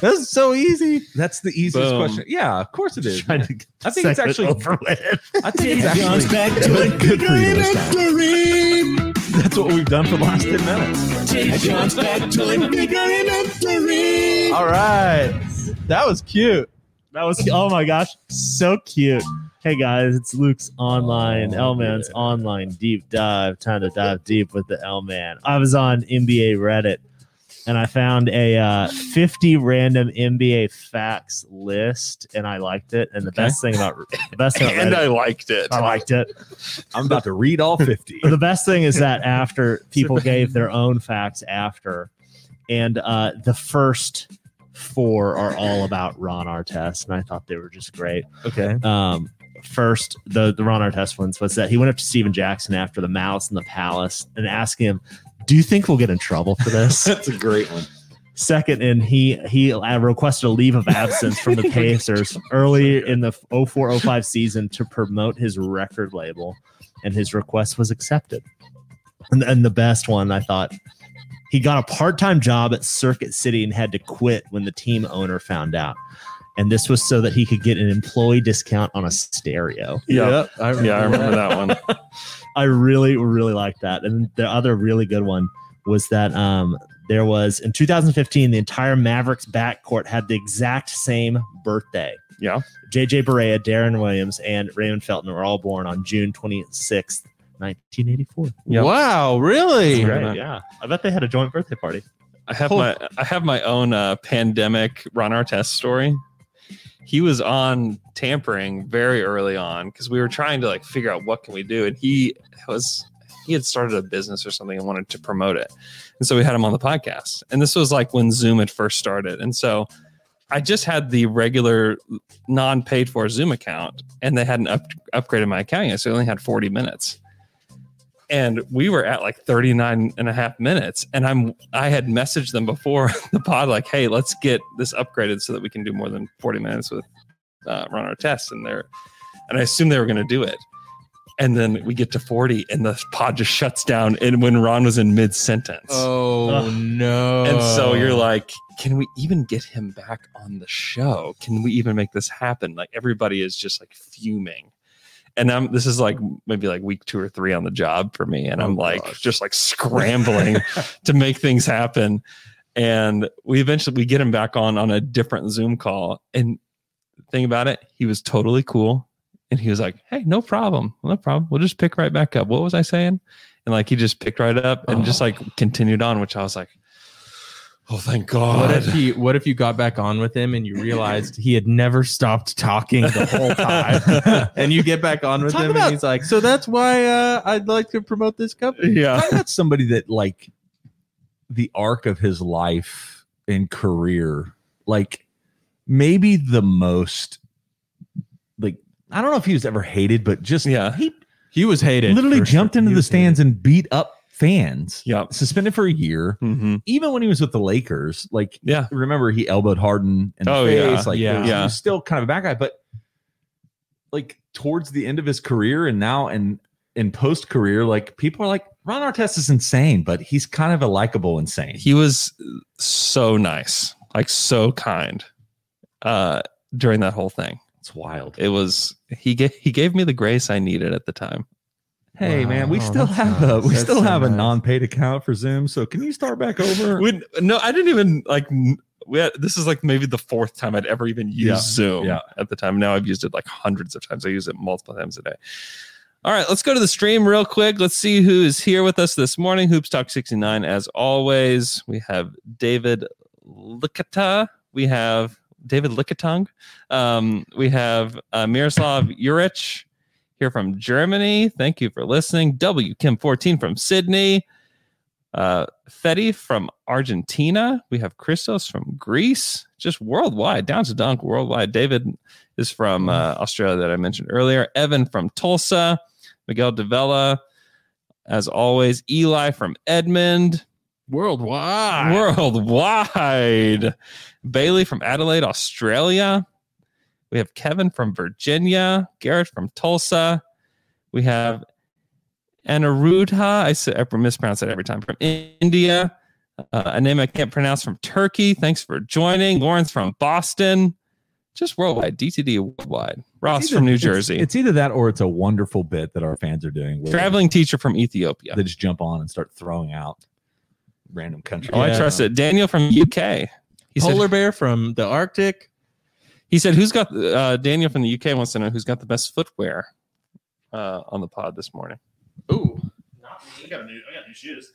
S6: that's so easy.
S5: That's the easiest
S4: Boom.
S5: question. Yeah, of course it is.
S2: Trying to get
S5: I think it's
S2: segment
S5: actually-
S2: over with.
S5: I think it's actually
S2: back
S5: good, good for you this time. That's what we've done for the last 10 minutes.
S6: All right. That was cute.
S2: That was oh my gosh, so cute. Hey guys, it's Luke's online
S4: Oh,
S2: L Man's online deep dive. Time to dive deep with the L Man. I was on NBA Reddit and I found a uh, 50 random NBA facts list and I liked it. And the best thing about the best thing about
S4: [laughs] And
S2: Reddit,
S4: I liked it.
S2: I liked it.
S5: I'm about to read all [laughs] 50.
S2: the best thing is that after people gave their own facts after, and uh, the first four are all about Ron Artest, and I thought they were just great.
S6: Okay.
S2: Um, first, the the Ron Artest ones was that he went up to Steven Jackson after the mouse in the palace and asked him, "Do you think we'll get in trouble for this?"
S5: That's a great one.
S2: Second, and he he uh, requested a leave of absence from the Pacers early in the 0405 season to promote his record label, and his request was accepted. And, and the best one, I thought, he got a part time job at Circuit City and had to quit when the team owner found out. And this was so that he could get an employee discount on a stereo.
S4: Yep. yeah, I remember that one.
S2: I really, really liked that. And the other really good one was that um, there was in 2015, the entire Mavericks backcourt had the exact same birthday.
S4: Yeah.
S2: JJ Barea, Darren Williams, and Raymond Felton were all born on June 26th, 1984.
S4: Yep.
S6: Wow, really?
S4: That's right.
S2: Yeah. I bet they had a joint birthday party.
S4: I have
S6: Cool.
S4: my I have my own uh, pandemic Ron Artest story. He was on tampering very early on because we were trying to like figure out what can we do, and he was he had started a business or something and wanted to promote it, and so we had him on the podcast. And this was like when Zoom had first started, and so I just had the regular non-paid for Zoom account, and they hadn't up, upgraded my account yet, so I only had forty minutes and we were at like 39 and a half minutes and i'm i had messaged them before [laughs] the pod like hey let's get this upgraded so that we can do more than 40 minutes with uh, run our tests and they're and i assumed they were going to do it and then we get to 40 and the pod just shuts down and when ron was in mid-sentence
S6: Oh no!
S4: and so you're like can we even get him back on the show can we even make this happen like everybody is just like fuming and i'm this is like maybe like week two or three on the job for me and i'm like just like scrambling [laughs] to make things happen and we eventually we get him back on on a different zoom call and the thing about it he was totally cool and he was like hey no problem no problem we'll just pick right back up what was i saying and like he just picked right up and just like continued on which i was like oh thank
S6: what
S4: god [laughs]
S6: if he? What if you got back on with him and you realized he had never stopped talking the
S2: [laughs]
S6: whole time, and you get back on with
S5: Talk
S6: him
S5: about-
S6: and he's like, "So that's why uh, I'd like to promote this company."
S5: [laughs]
S4: yeah
S5: I got somebody that like the arc of his life and career, like maybe the most like I don't know if he was ever hated, but just
S4: Yeah.
S5: he
S6: He was hated.
S5: literally
S6: for sure.
S5: jumped into
S6: He
S5: the
S6: was
S5: stands
S6: hated.
S5: and beat up fans.
S4: Yep.
S5: Suspended for a year.
S4: hmm
S5: Even when he was with the Lakers, like
S4: yeah
S5: remember he elbowed Harden in the
S4: Oh, yeah.
S5: face. Like
S6: Yeah.
S5: he
S4: Yeah.
S5: was still kind of a bad guy, but like towards the end of his career and now and in post career, like people are like Ron Artest is insane, but he's kind of a likable insane.
S4: he was so nice like so kind uh during that whole thing
S5: it's wild.
S4: it was he gave he gave me the grace i needed at the time
S5: Hey [laughs]
S6: Wow,
S5: man, we
S6: that's
S5: still have a
S6: nice.
S5: we
S6: That's
S5: still
S6: so
S5: have a
S6: nice.
S5: non paid account for Zoom, so can you start
S4: [laughs]
S5: back over?
S4: When, no, I didn't even like. n- We had, this is like maybe the fourth time I'd ever even used
S5: Yeah,
S4: Zoom
S5: yeah.
S4: at the time. Now I've used it like hundreds of times. I use it multiple times a day. All right, let's go to the stream real quick. Let's see who is here with us this morning. Hoops Talk 69, as always. We have David Licata. We have David Licatong. Um, we have uh, Miroslav Juric here from Germany. Thank you for listening. W Kim 14 from Sydney. Uh, Fetty from Argentina. We have Christos from Greece. Just worldwide, down to dunk worldwide. David is from uh, Australia that I mentioned earlier. Evan from Tulsa. Miguel Devella, as always. Eli from Edmond.
S6: worldwide.
S4: Worldwide. Bailey from Adelaide, Australia. We have Kevin from Virginia. Garrett from Tulsa. We have Anarudha. I, say, I mispronounce it every time. From India. Uh, a name I can't pronounce from Turkey. Thanks for joining. Lawrence from Boston. Just worldwide. DTD worldwide. Ross
S5: It's either-
S4: from New
S5: it's-
S4: Jersey.
S5: It's, either that or it's a wonderful bit that our fans are doing. where
S4: Traveling teacher from Ethiopia.
S5: They just jump on and start throwing out random countries.
S4: Oh, I
S6: Yeah.
S4: trust it. Daniel from UK. He
S6: Polar
S4: said,
S6: bear from the Arctic.
S4: he said, who's got, uh, Daniel from the UK wants to know who's got the best footwear uh, on the pod this morning.
S6: Ooh,
S2: I got, new, I got new shoes.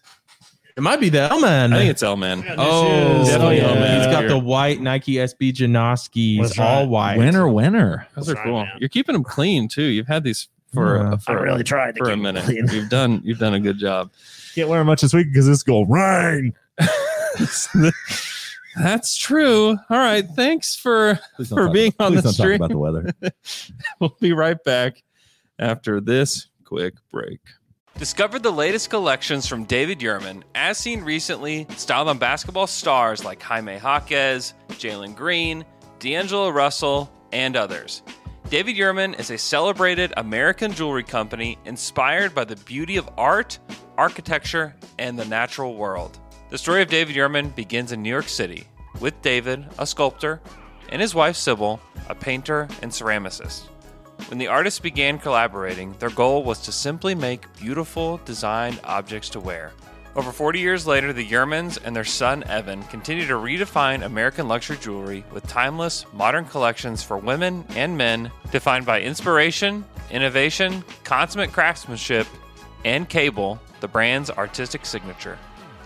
S6: it might be the Elman.
S4: I think it's L-Man.
S2: Yeah,
S6: Oh,
S2: This is-
S4: Definitely
S6: oh, yeah.
S4: Elman.
S6: he's got
S4: Here.
S6: the white Nike SB Janoskis,
S2: That's
S6: all
S2: right.
S6: white.
S5: Winner, winner.
S4: Those are
S2: Sorry,
S4: cool.
S2: man.
S4: You're keeping them clean too. You've had these for,
S6: Yeah.
S4: uh,
S2: I
S4: for,
S2: really tried to
S4: for a
S2: keep it
S4: minute.
S2: clean.
S4: You've done, you've done a good job. [laughs]
S2: Can't wear 'em much this week because it's going rain.
S4: That's true. All right. Thanks for,
S5: Please don't
S4: for
S5: talk
S4: being [laughs]
S5: about-
S4: on
S5: please
S4: the
S5: don't talk
S4: stream.
S5: about the weather.
S4: [laughs] We'll be right back after this quick break. Discover the latest collections from David Yurman, as seen recently, styled on basketball stars like Jaime Jaquez, Jalen Green, D'Angelo Russell, and others. David Yurman is a celebrated American jewelry company inspired by the beauty of art, architecture, and the natural world. The story of David Yurman begins in New York City with David, a sculptor, and his wife Sybil, a painter and ceramicist. When the artists began collaborating, their goal was to simply make beautiful, designed objects to wear. Over 40 years later, the Yermans and their son Evan continue to redefine American luxury jewelry with timeless, modern collections for women and men defined by inspiration, innovation, consummate craftsmanship, and Cable, the brand's artistic signature.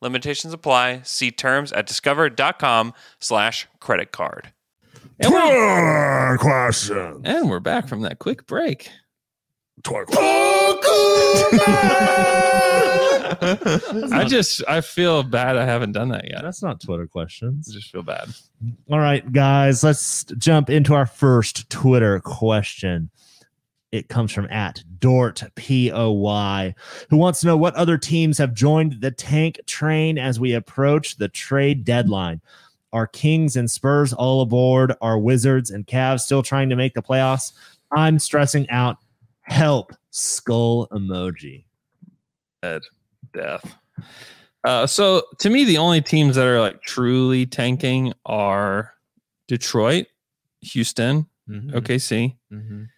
S4: Limitations apply. See terms at discover.com slash credit card. And we're,
S2: question.
S4: and we're back from that quick break. [laughs] I just, I feel bad I haven't done that yet. I
S2: [laughs] That's not Twitter questions.
S4: just feel bad.
S2: All right, guys, let's jump into our first Twitter question. It comes from at Dort P O Y, who wants to know what other teams have joined the tank train as we approach the trade deadline. Are Kings and Spurs all aboard? Are Wizards and Cavs still trying to make the playoffs? I'm stressing out. Help skull emoji.
S4: death. Uh, so to me, the only teams that are like truly tanking are Detroit, Houston,
S2: Mm-hmm,
S6: Mm-hmm.
S4: OKC,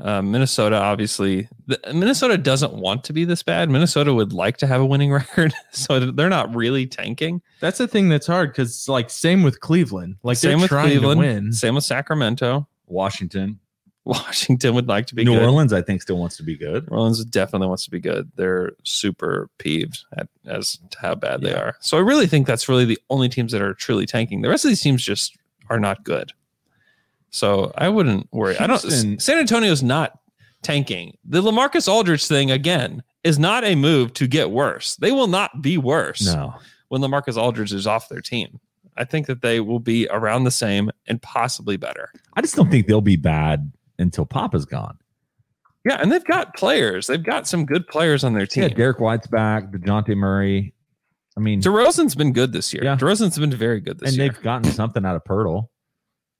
S4: uh, Minnesota. Obviously, the, Minnesota doesn't want to be this bad. Minnesota would like to have a winning [laughs] record, so they're not really tanking.
S6: That's the thing that's hard because, like, same with Cleveland. Like,
S4: same
S6: they're
S4: with
S6: trying
S4: Cleveland.
S6: to win.
S4: Same with Sacramento. [laughs]
S5: Washington,
S4: Washington would like to be
S5: New
S4: good.
S5: Orleans, I think still wants to be good.
S4: New Orleans definitely wants to be good. They're super peeved at as to how bad they are. So I really think that's really the only teams that are truly tanking. The rest of these teams just are not good. So I wouldn't worry. I
S5: Houston-
S4: don't. San Antonio's not tanking. The Lamarcus Aldridge thing again is not a move to get worse. They will not be worse
S5: No,
S4: when Lamarcus Aldridge is off their team. I think that they will be around the same and possibly better.
S5: I just don't think they'll be bad until Papa's gone.
S4: Yeah, and they've got players. They've got some good players on their team.
S5: Yeah, Derek White's back, DeJounte Murray. I mean,
S4: DeRozan's been good this year.
S5: Mm. Yeah.
S4: DeRozan's been very good this
S5: and
S4: year.
S5: they've gotten something out of Pirtle.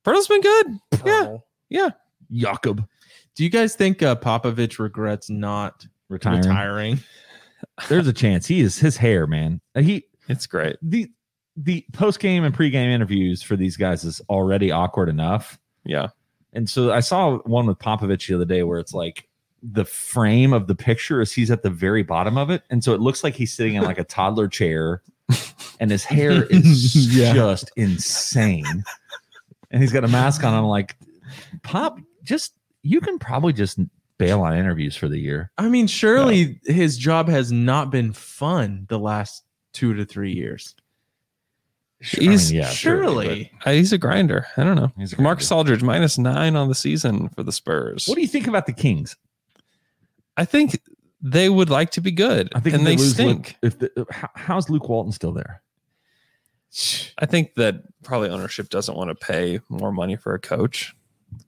S4: Pirtle's been good. Yeah.
S6: Oh.
S4: Yeah.
S5: Jakob
S6: Do you guys think uh, Popovich regrets not
S5: retiring.
S6: retiring?
S5: [laughs] There's a chance he is his hair, man. Uh, He
S4: It's great.
S5: the the post game and pre game interviews for these guys is already awkward enough.
S4: Yeah.
S5: And so I saw one with Popovich the other day where it's like the frame of the picture is he's at the very bottom of it. And so it looks like he's sitting in like a toddler chair and his hair is
S6: Yeah.
S5: just insane. And he's got a mask on. I'm like, Pop, just you can probably just bail on interviews for the year.
S6: I mean, surely his job has not been fun the last two to three years.
S5: I mean,
S4: He's
S5: yeah,
S6: surely.
S4: uh, he's a grinder. I don't know.
S5: He's a
S4: Marcus
S5: grinder.
S4: Aldridge minus nine on the season for the Spurs.
S5: What do you think about the Kings?
S4: I think they would like to be good.
S5: I think
S4: and
S5: if
S4: they,
S5: lose Luke-
S4: stink.
S5: if the, how, how's Luke Walton still there?
S4: I think that probably ownership doesn't want to pay more money for a coach.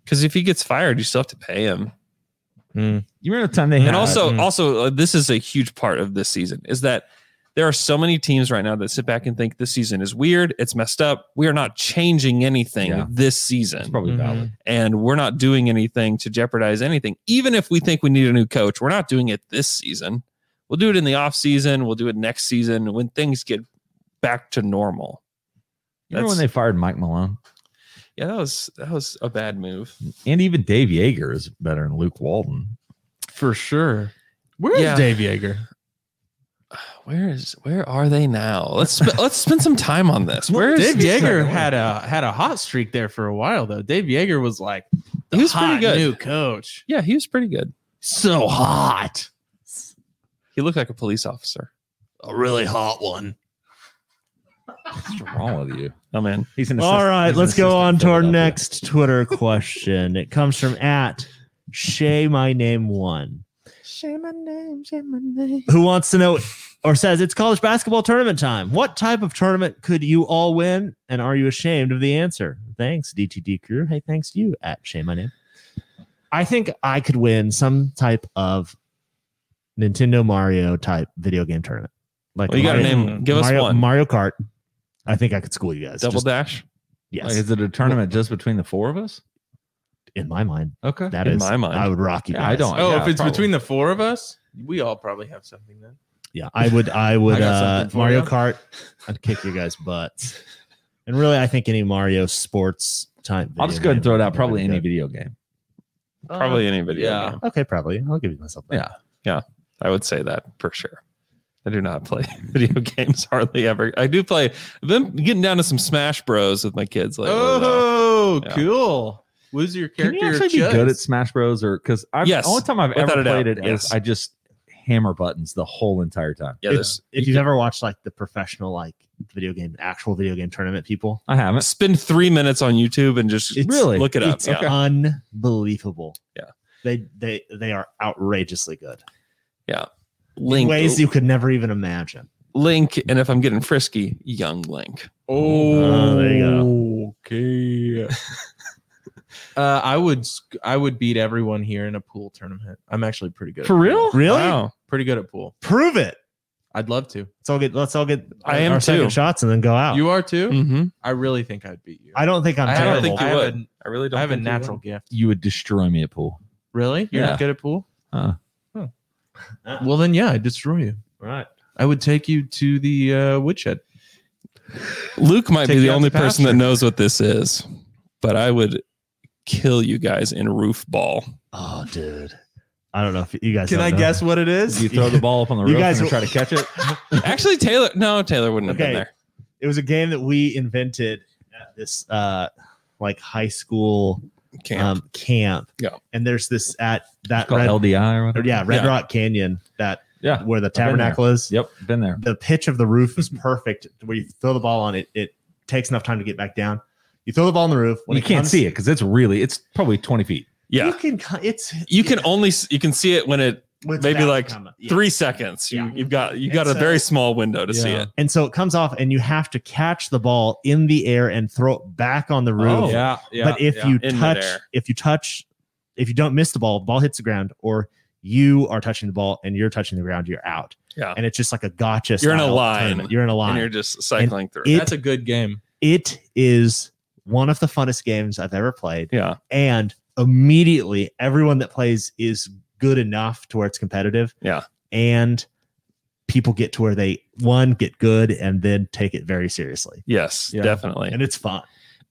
S4: Because if he gets fired, you still have to pay him.
S5: You remember the time they had
S4: and also
S6: mm.
S4: also uh, this is a huge part of this season is that there are so many teams right now that sit back and think this season is weird it's messed up we are not changing anything
S5: Yeah.
S4: this
S5: It's
S4: season
S5: probably
S6: Mhm.
S5: valid.
S4: and we're not doing anything to jeopardize anything even if we think we need a new coach we're not doing it this season we'll do it in the off season we'll do it next season when things get back to normal
S5: You remember
S4: That's-
S5: when they fired Mike Malone?
S4: yeah that was that was a bad move
S5: And even Dave Yeager is better than Luke Walton.
S6: For sure. Where is
S4: Yeah.
S6: Dave Yeager?
S4: [sighs] where is where are they now let's sp- let's spend some time on this where is
S6: Dave
S4: this-
S6: Yeager had a had a hot streak there for a while though. Dave Yeager was like the
S4: He was pretty
S6: hot
S4: good.
S6: new coach.
S4: yeah he was pretty good
S6: So hot.
S4: He looked like a police officer. A really hot one.
S5: What's
S4: [laughs]
S5: wrong with you?
S4: Oh man.
S5: He's an
S2: All
S5: assist-
S2: right,
S5: he's an
S2: let's go
S5: assistant
S2: on to our
S5: Philadelphia.
S2: next Twitter question. It comes from at Shay My Name One. Shay my name, Shay my name. Who wants to know or says it's college basketball tournament time? What type of tournament could you all win? And are you ashamed of the answer? Thanks, DTD crew. Hey, thanks you at Shay My Name. I think I could win some type of Nintendo Mario type video game tournament. Like
S4: Well, you got to
S2: Mario-
S4: name. Give us
S2: Mario,
S4: one.
S2: Mario Kart. I think I could school you guys.
S4: Double
S2: Just-
S4: dash.
S2: Yes.
S5: Like, is it a tournament just between the four of us?
S2: in my mind.
S5: Okay.
S2: that is
S4: In my mind.
S2: I would rock you.
S5: Yeah, I
S2: guys.
S5: don't.
S6: Oh,
S5: yeah,
S6: if it's
S5: probably.
S6: between the four of us, we all probably have something then.
S2: Yeah, I would. I would.
S5: [laughs] I got
S2: uh,
S5: something for
S2: Mario
S5: ya.
S2: Kart. I'd kick your guys' butts. And really, I think any Mario sports type. video
S5: I'll just go ahead
S2: game
S5: and throw it
S2: would
S5: out.
S2: be
S5: Probably
S2: pretty
S5: any
S2: good.
S5: video game.
S4: Probably any video
S5: yeah.
S4: game.
S2: Okay, probably. I'll give you myself. That.
S5: Yeah.
S4: I would say that for sure. I do not play [laughs] video games hardly ever. I do play. I've been getting down to some Smash Bros with my kids lately. though.
S6: Oh,
S4: Yeah.
S6: cool. Who's your
S5: Can
S6: character?
S5: you actually be
S6: of
S5: good at
S6: choice?
S5: Smash Bros? Or because I
S4: Yes,
S5: the only time I've
S4: without
S5: ever
S4: a doubt,
S5: played it is
S4: yes.
S5: I just hammer buttons the whole entire time.
S4: Yeah,
S2: It's-
S4: there's
S2: If you've ever watched like the professional, like video game, actual video game tournament people,
S5: I haven't.
S4: spend three minutes on YouTube and just
S5: It's- Really?
S4: look it up.
S2: it's
S4: Yeah.
S2: unbelievable.
S4: Yeah.
S2: They they they are outrageously good.
S4: Link,
S2: Ways you could never even imagine.
S4: Link, and if I'm getting frisky, Young Link.
S2: Oh, there you
S6: go. Okay. [laughs] uh, I would sc- I would beat everyone here in a pool tournament. I'm actually pretty good. at
S5: For
S6: pool.
S5: real?
S2: Really?
S4: Wow.
S6: Pretty good at pool.
S2: Prove it.
S6: I'd love to.
S2: Let's all get. Let's all get.
S4: I am
S2: our second
S4: too.
S2: shots and then go out.
S6: You are too.
S4: Mm-hmm.
S6: I really think I'd beat you.
S2: I don't think I'm.
S6: I
S4: don't
S2: terrible.
S4: think you
S6: I have
S4: would.
S6: a-
S4: I really don't.
S6: I have a
S4: think you
S6: natural
S4: will.
S6: gift.
S5: You would destroy me at pool.
S6: Really? You're
S5: Yeah.
S6: not good at pool?
S5: Uh-uh.
S6: Huh.
S2: Uh-uh.
S6: Well, then, yeah, I'd destroy you.
S2: Right.
S6: I would take you to the uh, woodshed.
S4: Luke might
S6: Take
S4: be
S6: you
S4: the
S6: out
S4: only
S6: to
S4: person
S6: pasture.
S4: that knows what this is, but I would kill you guys in roof ball.
S2: Oh, dude. I don't know if you guys.
S6: Can
S2: don't
S6: I
S2: know.
S6: guess what it is?
S5: You throw the ball up on the
S2: You
S5: roof
S2: guys
S5: and
S2: will-
S5: try to catch it.
S4: Actually, Taylor. No, Taylor wouldn't have
S2: Okay.
S4: been there.
S2: It was a game that we invented at this uh like high school
S4: Camp.
S2: um camp.
S4: Yeah.
S2: And there's this at that
S5: It's called
S2: red
S5: LDI or
S2: or,
S5: whatever.
S2: yeah, Red
S4: Yeah.
S2: Rock Canyon that
S5: Yeah.
S2: where the
S5: there.
S2: tabernacle is.
S5: Yep. Been there.
S2: The pitch of the roof
S4: [laughs]
S2: is perfect where you throw the ball on it, it takes enough time to get back down. You throw the ball on the roof.
S5: you can't
S2: comes-
S5: see it because it's really it's probably twenty feet.
S4: yeah.
S2: You can co- it's
S4: you can only s- you can see it when it
S2: it's
S4: maybe
S2: about
S4: like
S2: to come up. Yeah.
S4: three seconds. You,
S2: Yeah.
S4: You've got you got
S2: And
S4: a
S2: so-
S4: very small window to see
S6: Yeah.
S4: it.
S2: And so it comes off, and you have to catch the ball in the air and throw it back on
S5: Oh,
S2: the
S4: Oh,
S2: roof.
S6: yeah,
S2: but if you
S4: in
S2: touch,
S4: midair.
S2: if you touch, if you don't miss the ball, ball hits the ground, or you are touching the ball and you're touching the ground, you're out.
S4: Yeah.
S2: And it's just like a gotcha.
S4: You're in a
S2: style
S4: line.
S2: tournament. You're in a
S4: And
S2: line.
S4: you're just cycling through.
S2: it-
S6: that's a good game.
S2: it is one of the funnest games I've ever played.
S4: yeah.
S2: And immediately, everyone that plays is good enough to where it's competitive.
S4: Yeah.
S2: And people get to where they one get good and then take it very seriously.
S4: Yes,
S6: Yeah.
S4: definitely.
S2: And
S4: And,
S2: it's fun.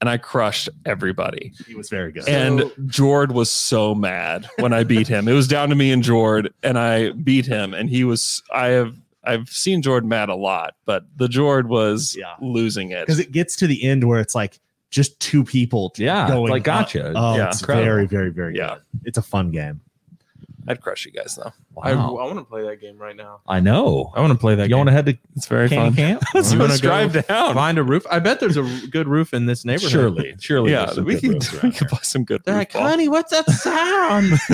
S4: I crushed everybody.
S2: He was very good.
S4: and Jord was so mad when I beat him. It was down to me and Jord, and I beat him. And he was I have I've seen Jord mad a lot, but the Jord was
S2: Yeah.
S4: losing it.
S2: because it gets to the end where it's like just two people t-
S5: Yeah.
S2: going
S5: like
S2: up.
S5: gotcha.
S2: Oh,
S4: Yeah.
S2: it's
S5: Incredible.
S2: very, very, very
S4: Yeah.
S2: good. It's a fun game.
S4: I'd crush you guys though.
S6: I, I
S5: wow.
S6: want to play that game right now.
S5: I, know.
S6: I want to play that
S5: You
S6: game.
S5: want to head to
S4: It's very
S5: [laughs] Candy
S4: fun.
S5: Camp?
S6: [laughs]
S4: Let's
S6: You wanna
S4: drive down.
S6: Find a roof. I bet there's a r- good roof in this
S5: [laughs]
S6: neighborhood.
S5: Surely, surely.
S4: yeah,
S5: there's some
S4: we
S5: good
S4: can
S5: roads
S4: we
S5: around
S4: can
S5: here.
S4: play some good.
S6: They're like,
S4: football.
S6: honey, what's that sound? [laughs]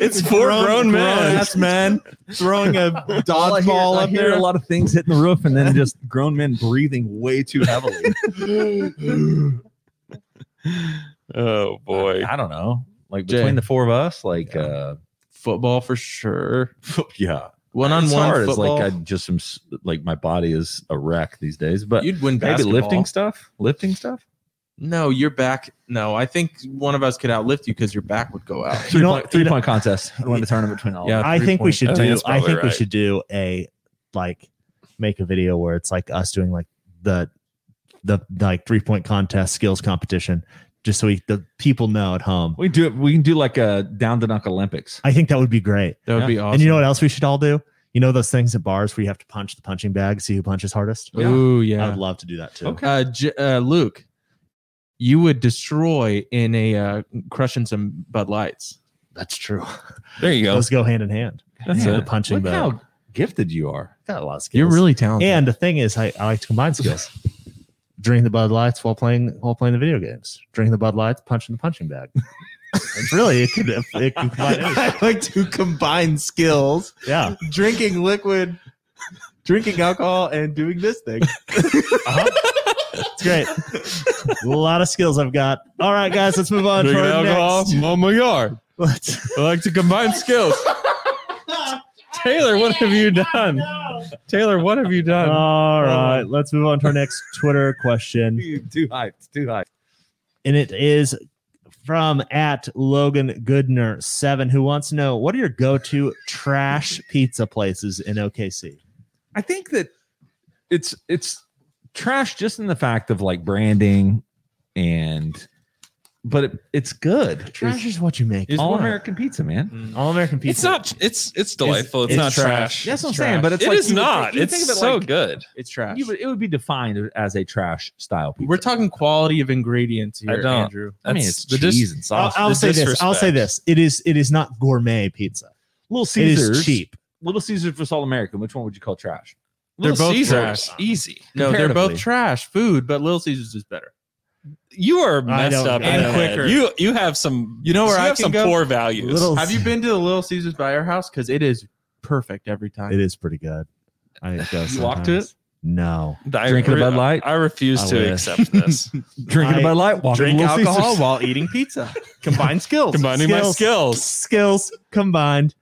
S4: it's four grown, men.
S6: ass men throwing a
S5: [laughs] All I hear-
S6: dodgeball
S5: I
S6: up
S5: hear
S6: there.
S5: a lot of things hitting the roof, and then just grown men breathing way too heavily.
S4: Oh boy.
S5: I don't know. Like
S6: Jay.
S5: between the four of us, like
S6: Yeah.
S5: uh
S6: Football for sure.
S5: yeah,
S6: One on
S5: it's
S6: one
S5: hard. It's
S6: football.
S5: like I just am s- like my body is a wreck these days. But
S6: You'd win
S5: maybe
S6: basketball.
S5: lifting stuff, lifting stuff.
S6: No, your back. No, I think one of us could outlift you because your back would go out.
S5: Three
S2: know-
S5: point three
S2: you know-
S5: point contest. I win the tournament between all.
S6: Yeah.
S2: I
S6: three
S2: think we
S6: point-
S5: Oh,
S2: should
S4: I think
S2: do.
S4: that's
S2: I
S4: probably
S2: think we
S4: right.
S2: should do a like make a video where it's like us doing like the the like three point contest skills competition, just so we, the people know at home.
S5: We do it. We can do like a down to dunk Olympics.
S2: I think that would be great.
S6: That would
S5: Yeah.
S6: be awesome.
S2: And you know what else we should all do? You know those things at bars where you have to punch the punching bag, see who punches hardest.
S5: Yeah.
S6: Ooh,
S2: I
S6: yeah.
S2: would love to do that too.
S5: Okay.
S6: Uh, J- uh, Luke, you would destroy in a uh, crushing some Bud Lights.
S2: That's true.
S4: There you go.
S2: Those go hand in hand.
S4: That's
S2: Yeah,
S4: it.
S2: the punching
S5: Look
S2: bag.
S5: how gifted you are.
S2: Got a lot of skills.
S6: You're really talented.
S2: And the thing is, I, I like to combine
S6: [laughs]
S2: skills. Drink the Bud Lights while playing while playing the video games. Drink the Bud Lights, punch in the punching bag. it's really it could it could combine anything.
S6: [laughs] I like to combine skills,
S2: Yeah.
S6: drinking liquid, drinking alcohol, and doing this
S2: [laughs]
S6: thing.
S2: Uh-huh. It's great. a lot of skills I've got. All right, guys, let's move on to
S4: Drinking
S2: our
S4: alcohol.
S2: next.
S4: Oh my god.
S2: [laughs] Let's,
S4: I like to combine skills. Taylor, what have you done? Taylor, what have you done? Uh,
S2: all right, let's move on to our next Twitter
S6: [laughs]
S2: question.
S5: You too hyped, too hyped.
S2: and it is from at Logan Goodner seven, who wants to know what are your go-to trash pizza places in OKC?
S5: I think that it's it's trash just in the fact of like branding and but it, it's good.
S2: Trash is what you make.
S5: It's
S2: All
S5: all
S2: American,
S5: American pizza,
S6: Mm,
S5: man.
S2: all American pizza.
S4: It's not. It's it's delightful. It's,
S2: it's
S4: not trash.
S2: trash.
S5: That's what I'm
S4: It's
S5: saying,
S4: trash.
S5: but it's
S4: It
S5: like
S4: is
S5: you would think-
S4: not.
S5: you would
S4: it's
S5: think of it
S4: so
S5: like-
S4: good.
S6: It's trash.
S5: You would- it would be defined as a trash style pizza.
S6: We're talking quality of ingredients here,
S4: I don't.
S6: Andrew.
S5: I mean,
S4: That's
S5: it's
S4: the dis-
S5: cheese and
S2: I'll,
S5: sauce.
S2: I'll
S4: the
S2: say this. I'll say
S4: disrespect.
S2: this. It is. It is not gourmet pizza.
S5: Little
S2: It is
S5: Caesars,
S2: cheap.
S5: Little Caesars versus All American. Which one would you call trash?
S6: They're
S4: Little
S6: both
S4: Caesars,
S6: trash.
S4: easy.
S6: No, they're both
S5: Comparatively.
S6: trash food, but Little Caesars is better.
S4: You are
S2: I
S4: messed
S2: don't
S4: up
S2: know.
S4: in the
S6: And
S4: head.
S6: quicker.
S4: You you have some.
S6: You know where
S4: you
S6: I
S4: have
S6: can
S4: some
S6: go?
S4: poor values.
S2: Little-
S6: Have you been to the Little Caesars by our house? Because it is perfect every time.
S2: It is pretty good. I go
S5: You walk to
S2: sometimes. No.
S4: I
S5: Drinking a
S4: re-
S5: Bud Light?
S4: I refuse
S2: I
S4: to
S2: wish.
S4: accept this.
S5: Drinking
S2: I
S5: a Bud Light, walking
S6: Drink
S5: to Little Caesars.
S6: alcohol while eating pizza. Combine skills.
S4: Combining my
S2: Skills.
S4: skills,
S2: Skills combined.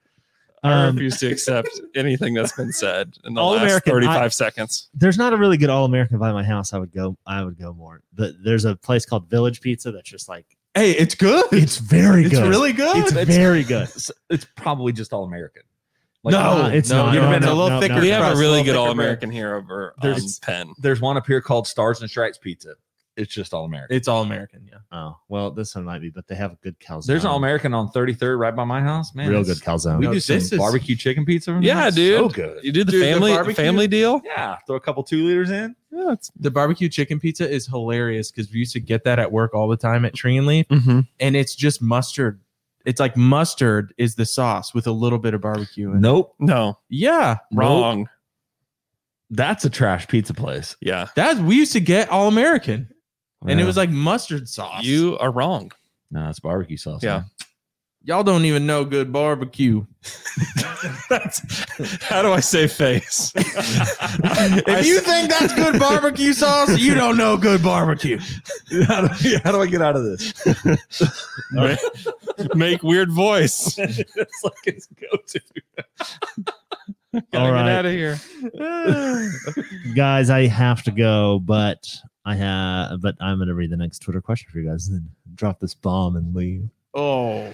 S4: I
S2: Um,
S4: refuse to accept anything that's been said in the
S2: All
S4: last
S2: American, I-
S4: thirty-five seconds.
S2: there's not a really good all American by my house. I would go. I would go more. The, there's a place called Village Pizza that's just like
S6: Hey, it's good.
S2: it's very
S6: It's
S2: good.
S6: really good.
S2: It's,
S5: It's-
S2: very good.
S5: It's, it's probably just All American.
S2: [laughs] No, it's not.
S6: You'd
S2: No,
S6: have been
S2: no,
S6: a little
S2: no,
S6: thicker.
S2: no.
S4: We have
S6: crust,
S4: a really
S6: little
S4: good
S6: thicker
S4: all-American here over um,
S5: There's-
S4: Penn.
S5: There's one up here called Stars and Stripes Pizza. It's just All American.
S6: bread. It's all American. Yeah.
S2: Oh well, this one might be, but they have a good calzone.
S5: There's an All American on 33rd right by my house, man.
S2: real
S5: it's-
S2: good calzone.
S5: We
S6: No,
S5: do some
S6: this is-
S5: barbecue chicken pizza. from
S4: Yeah,
S5: there.
S4: dude.
S5: So good.
S4: You did the
S6: Dude, the
S4: family
S6: barbecue-
S4: family deal.
S5: Yeah, throw a couple two liters in.
S4: Yeah, it's
S6: The barbecue chicken pizza is hilarious because we used to get that at work all the time at Tree and Leaf, and it's just mustard. It's like mustard is the sauce with a little bit of barbecue. In it.
S5: Nope,
S4: no
S6: Yeah,
S4: wrong.
S5: that's a trash pizza place.
S4: Yeah,
S6: that's we used to get all American, and it
S5: Yeah.
S6: was like mustard sauce.
S4: you are wrong. [laughs]
S5: no, it's barbecue sauce.
S4: Yeah.
S5: man.
S6: y'all don't even know good barbecue.
S5: [laughs]
S4: That's how do I say face? I
S6: If you think that's good barbecue sauce, you don't know good barbecue.
S5: [laughs] how, do, how do I get out of this?
S4: Ma- make weird voice.
S5: it's like it's go to.
S2: All right.
S4: of here.
S2: [laughs] guys, I have to go, but I have, but I'm gonna read the next Twitter question for you guys, and then drop this bomb and leave.
S6: Oh,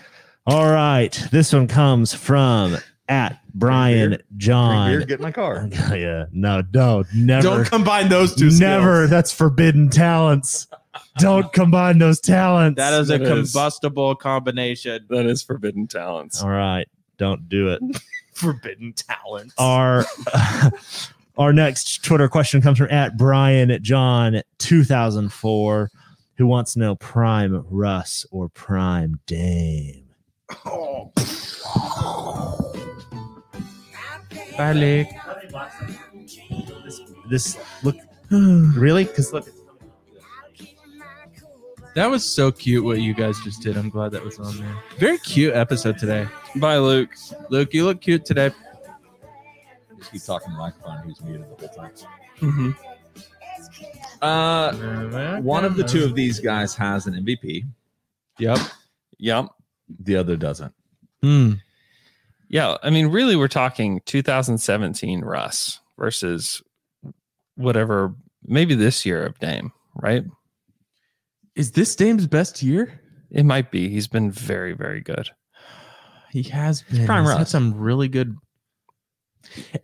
S2: All right, this one comes from at Brian
S5: Here,
S2: John.
S5: get in my car.
S2: [laughs] yeah, no, no, never,
S6: don't combine those two.
S2: never.
S6: skills.
S2: That's forbidden talents. Don't combine those talents.
S6: That is a
S4: That is-
S6: combustible combination.
S4: That is forbidden talents.
S2: all right. Don't do it.
S6: Forbidden talents.
S2: our [laughs] our next Twitter question comes from at Brian John 2004, who wants to know Prime Russ or Prime Dame. This look [gasps] really because look,
S6: That was so cute what you guys just did. I'm glad that was on there. Very cute episode today.
S4: Bye, Luke.
S6: Luke, you look cute today.
S5: Just keep talking to the microphone. Who's muted the whole time?
S6: Mhm.
S5: Uh, one of the two of these guys has an MVP.
S6: Yep.
S4: Yep.
S5: The other doesn't.
S6: Hmm.
S4: Yeah. I mean, really, we're talking 2017 Russ versus whatever, maybe this year of Dame, right?
S6: Is this Dame's best year?
S4: It might be. He's been very, very good.
S6: He has been. Prime
S5: prime
S6: He's had
S5: Russ.
S6: some really good.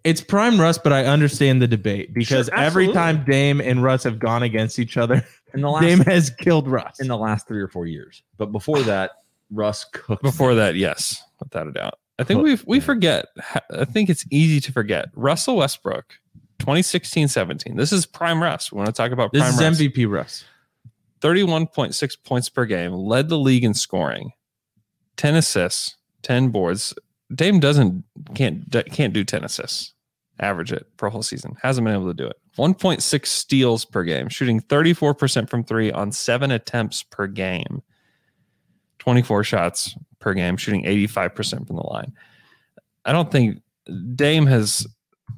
S6: It's prime Russ, but I understand the debate because
S5: Sure,
S6: every
S5: absolutely.
S6: time Dame and Russ have gone against each other,
S5: In the last
S6: Dame has killed Russ.
S5: in the last three or four years. But [sighs] before that, Russ cooked.
S4: Before that, yes, without a doubt. I think we we forget. I think it's easy to forget Russell Westbrook, 2016-17. This is prime Russ. We want to talk about
S6: this
S4: prime
S6: is
S4: Russ.
S6: MVP Russ.
S4: 31.6 points per game, led the league in scoring, 10 assists, ten boards. Dame doesn't can't d- can't do ten assists. Average it for a whole season. Hasn't been able to do it. 1.6 steals per game, shooting 34% from three on seven attempts per game. 24 shots per game, shooting 85% from the line. I don't think Dame has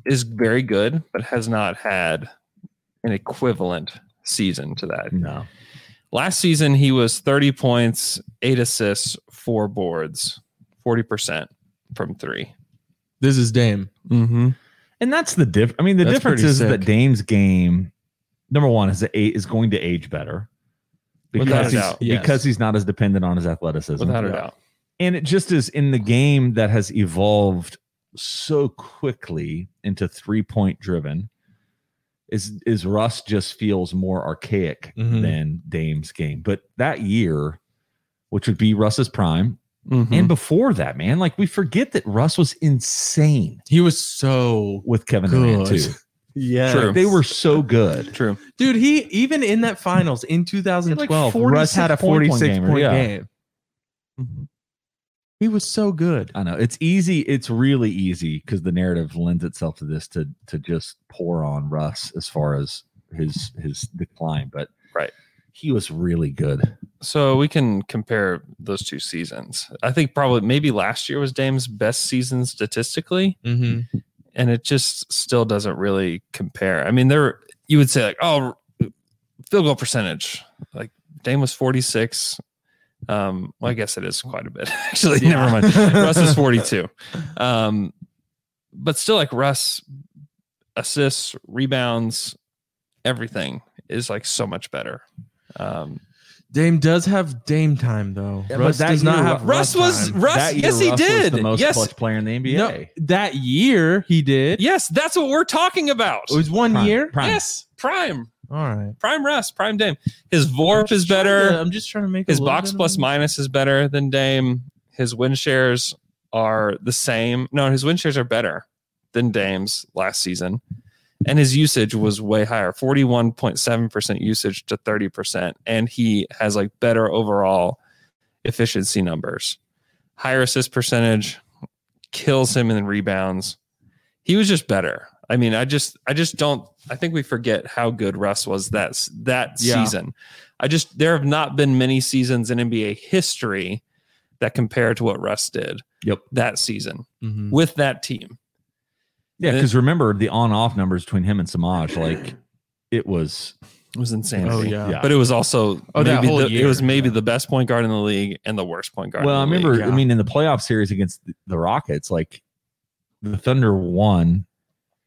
S4: is very good, but has not had an equivalent season to that.
S5: No.
S4: Last season, he was 30 points, eight assists, four boards, 40% from 3
S6: This is Dame.
S4: Mm-hmm.
S5: And that's the diff. I mean, the
S6: That's
S5: difference
S6: pretty
S5: is that
S6: sick.
S5: Dame's game, number one, is that eight is going to age better
S4: Without a
S5: because he's,
S4: doubt,
S6: yes.
S5: because he's not as dependent on his athleticism.
S4: Without a doubt.
S5: And it just is in the game that has evolved so quickly into three point driven. Is is Russ just feels more archaic
S6: Mhm.
S5: than Dame's game, but that year, which would be Russ's prime,
S6: Mm-hmm.
S4: Mhm.
S5: and before that, man, like we forget that Russ was insane
S6: He was so
S5: with Kevin Durant
S6: good. [laughs]
S5: too.
S6: Yeah.
S4: True.
S5: They were so good.
S4: True.
S6: Dude, he even in that finals in 2012, Russ
S5: 46
S6: had a
S5: point
S6: 46
S5: one
S6: point,
S5: gamer, yeah.
S6: game. Mm-hmm. He was so good.
S5: I know it's easy. It's really easy because the narrative lends itself to this to to just pour on Russ as far as his his decline, but
S4: Right.
S5: he was really good.
S4: So we can compare those two seasons. I think probably maybe last year was Dame's best season statistically,
S6: Mm-hmm.
S4: and it just still doesn't really compare. I mean, there you would say like, oh, field goal percentage. Like Dame was 46. Um, well, I guess it is quite a bit [laughs] actually. Never mind. Russ is 42. Um, but still, like Russ assists, rebounds, everything is like so much better. Um,
S6: Dame does have Dame time though.
S5: Yeah, but
S6: Russ
S5: that
S6: does not
S5: year,
S6: have
S4: Russ was
S6: time.
S4: Russ.
S5: That year,
S4: yes, he
S5: Russ was
S4: did.
S5: the most
S4: yes,
S5: clutch player in the NBA.
S6: No, that year he did.
S4: yes, that's what we're talking about.
S6: It was one
S5: Prime,
S6: year.
S5: prime.
S4: Yes, prime,
S6: All right.
S4: prime Russ, prime Dame. His VORP is better.
S6: I'm just trying to make a
S4: His
S6: little
S4: box
S6: bit of
S4: plus
S6: money.
S4: minus is better than Dame. His win shares are the same. No, his win shares are better than Dame's last season. And his usage was way higher 41.7% usage to 30%. And he has like better overall efficiency numbers, higher assist percentage, kills him in rebounds. He was just better. I mean, I just, I just don't, I think we forget how good Russ was that, s- that
S6: Yeah.
S4: season. I just there have not been many seasons in NBA history that compare to what Russ did
S5: Yep. Mm-hmm.
S4: that season
S6: Mhm.
S4: with that team.
S5: Yeah,
S4: And it-
S5: because remember the on-off numbers between him and Samaj, like it was.
S4: It was insanity.
S6: Oh yeah.
S5: Yeah.
S4: But it was also
S6: Oh, that
S4: maybe
S6: whole
S4: the, it
S6: year.
S4: was maybe the best point guard in the league and the worst point guard.
S5: Well, I
S4: in the
S5: remember.
S4: league.
S5: I mean, in the playoff series against the- the Rockets, like the Thunder won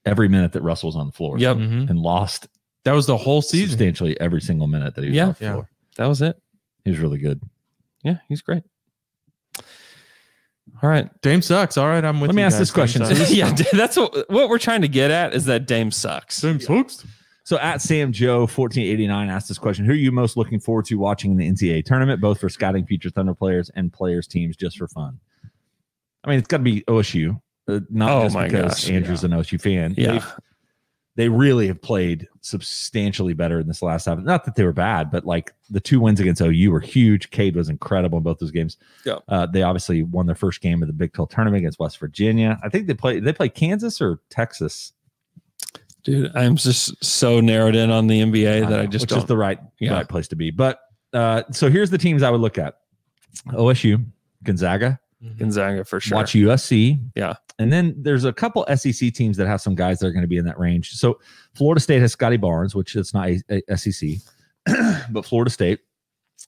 S5: every minute that Russell was on the floor.
S4: Yep,
S6: Mhm.
S5: and lost
S6: That was the whole season.
S5: substantially every single minute that he was
S4: Yeah.
S5: on the
S6: Yeah.
S5: floor.
S4: that was it.
S5: He was really good.
S4: Yeah, he's great. All right. [laughs]
S6: Dame sucks. All right, I'm with
S5: Let me
S6: you
S5: ask
S6: guys.
S5: this
S6: Dame
S5: question.
S6: sucks.
S4: yeah, that's what what we're trying to get at is that Dame sucks.
S6: Dame sucks.
S5: So at Sam Joe 1489 asked this question: Who are you most looking forward to watching in the NCAA tournament, both for scouting future Thunder players and players teams, just for fun? I mean, it's got to be OSU, uh, not
S4: Oh
S5: just
S4: my
S5: because
S4: gosh,
S5: Andrew's an OSU fan.
S4: Yeah.
S5: They've- they really have played substantially better in this last half. Not that they were bad, but like the two wins against OU were huge. Cade was incredible in both those games.
S4: Yeah.
S5: Uh, they obviously won their first game of the Big 12 tournament against West Virginia. I think they play they play Kansas or Texas.
S4: Dude, I'm just so narrowed in on the NBA that I
S5: know,
S4: just
S5: Uh, which
S4: don't
S5: is the right
S4: Yeah.
S5: right place to be. But uh, so here's the teams I would look at: OSU, Gonzaga,
S4: Gonzaga for sure.
S5: watch USC.
S4: Yeah.
S5: And then there's a couple SEC teams that have some guys that are going to be in that range. So Florida State has Scotty Barnes, which it's not a, a- SEC, [clears throat] but Florida State.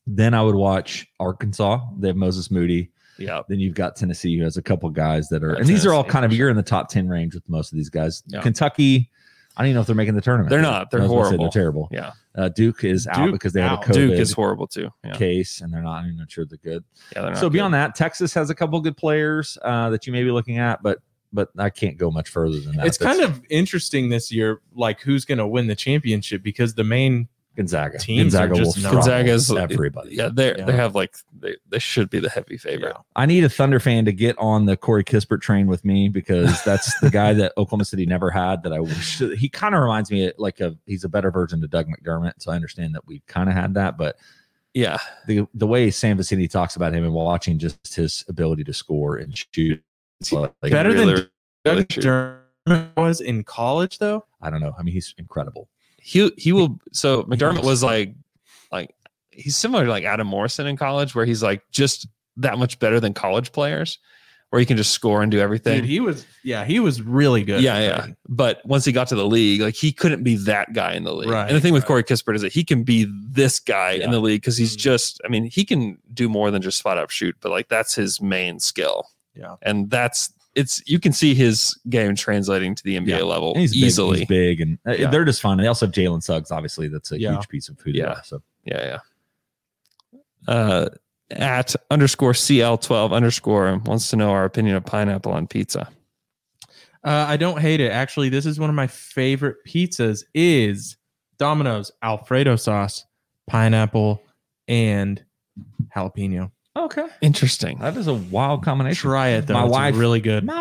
S5: Then I would watch Arkansas. They have Moses Moody.
S4: Yeah.
S5: Then you've got Tennessee, who has a couple guys that are,
S4: Yeah,
S5: and these are all
S4: Tennessee.
S5: kind of, you're in the top 10 range with most of these guys.
S4: Yeah.
S5: Kentucky, I don't even know if they're making the tournament.
S4: They're not. They're
S5: I was gonna say
S4: horrible.
S5: They're terrible.
S4: Yeah.
S5: Uh, Duke is out
S6: Duke
S5: because they had a
S6: out.
S5: COVID
S4: Duke is horrible too. Yeah.
S5: case, and they're not I'm not sure they're good
S4: yeah they're not
S5: so
S4: good.
S5: beyond that, Texas has a couple good players uh, that you may be looking at, but but I can't go much further than that.
S6: It's kind of interesting this year, like who's going to win the championship because the main
S5: Gonzaga.
S6: teams
S5: Gonzaga
S6: are
S5: will
S6: just not-
S5: throttle
S4: Gonzaga's-
S5: everybody.
S4: Yeah, they
S6: Yeah.
S4: they have like they, they should be the heavy favorite.
S5: I need a Thunder fan to get on the Corey Kispert train with
S6: [laughs]
S5: me because that's the guy that Oklahoma City never had. That I wish he kind of reminds me of, like a he's a better version of Doug McDermott. So I understand that we kind of had that, but
S4: Yeah.
S5: the the way Sam Vicini talks about him and watching just his ability to score and shoot. it's Like,
S6: Better
S4: Really,
S6: than
S4: really
S6: Doug
S4: true.
S6: McDermott was in college, though.
S5: I don't know. I mean, he's incredible.
S4: he he will
S6: [laughs]
S4: so McDermott was like like he's similar to like Adam Morrison in college where he's like just that much better than college players where he can just score and do everything.
S6: Dude, he was. Yeah, he was really good.
S4: yeah, yeah. But once he got to the league, like he couldn't be that guy in the league.
S6: Right,
S4: and the thing with
S6: right.
S4: Corey Kispert is that he can be this guy in the league because he's
S6: Mhm.
S4: just I mean, he can do more than just spot up shoot, but like that's his main skill.
S6: Yeah.
S4: And that's it's you can see his game translating to the NBA
S5: Yeah.
S4: level
S5: And he's big-
S4: easily.
S5: he's big, and uh,
S4: Yeah.
S5: they're just fun. And they also have Jalen Suggs. Obviously, that's a
S6: Yeah.
S5: huge piece of who they
S4: Yeah.
S5: are. So
S4: Yeah, yeah. Uh, at underscore CL12 underscore wants to know our opinion of pineapple on pizza.
S6: Uh, I don't hate it. Actually, this is one of my favorite pizzas is Domino's Alfredo sauce, pineapple, and jalapeno.
S5: okay,
S4: Interesting.
S5: that is a wild combination.
S6: Try it though.
S5: My
S6: it's
S5: wife-
S6: really good.
S5: My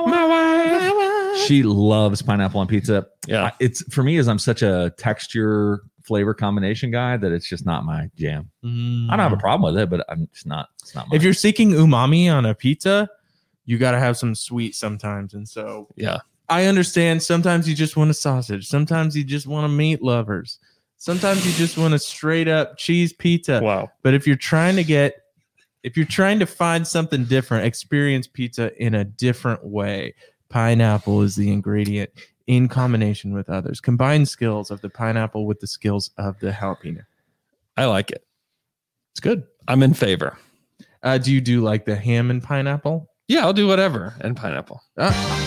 S5: wife, she loves pineapple on pizza.
S4: Yeah.
S5: I- it's for me as I'm such a texture flavor combination guy that it's just not my jam. I don't have a problem with it, but I'm just not. It's not. Mine.
S6: Mm. If you're seeking umami on a pizza, you got to have some sweet sometimes. And so,
S4: Yeah.
S6: I understand sometimes you just want a sausage, sometimes you just want a meat lovers, sometimes you just want a straight up cheese pizza.
S4: Wow.
S6: But if you're trying to get, if you're trying to find something different, experience pizza in a different way. Pineapple is the ingredient in combination with others. Combine skills of the pineapple with the skills of the jalapeno.
S4: I like it. It's good. I'm in favor.
S6: Uh, do you do like the ham and pineapple?
S4: Yeah, I'll do whatever and pineapple. Ah.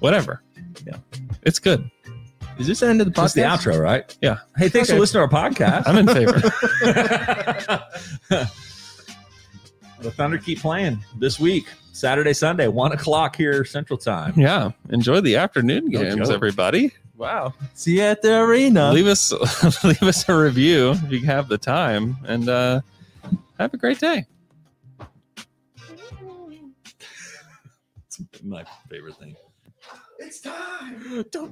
S4: Whatever.
S6: Yeah.
S4: It's good.
S6: Is this the end of the
S5: That's
S6: podcast?
S5: the outro, right?
S4: Yeah.
S5: Hey, thanks
S6: Okay.
S5: for listening to our
S6: [laughs]
S5: podcast. [laughs]
S4: I'm in favor.
S5: the Thunder keep playing this week, Saturday, Sunday, one o'clock here Central Time.
S4: yeah. Enjoy the afternoon
S5: No
S4: games,
S5: joke.
S4: everybody.
S6: Wow. See you at the arena.
S4: Leave us [laughs] leave us a review if you have the time. And uh have a great day.
S5: My favorite thing.
S6: It's time. Don't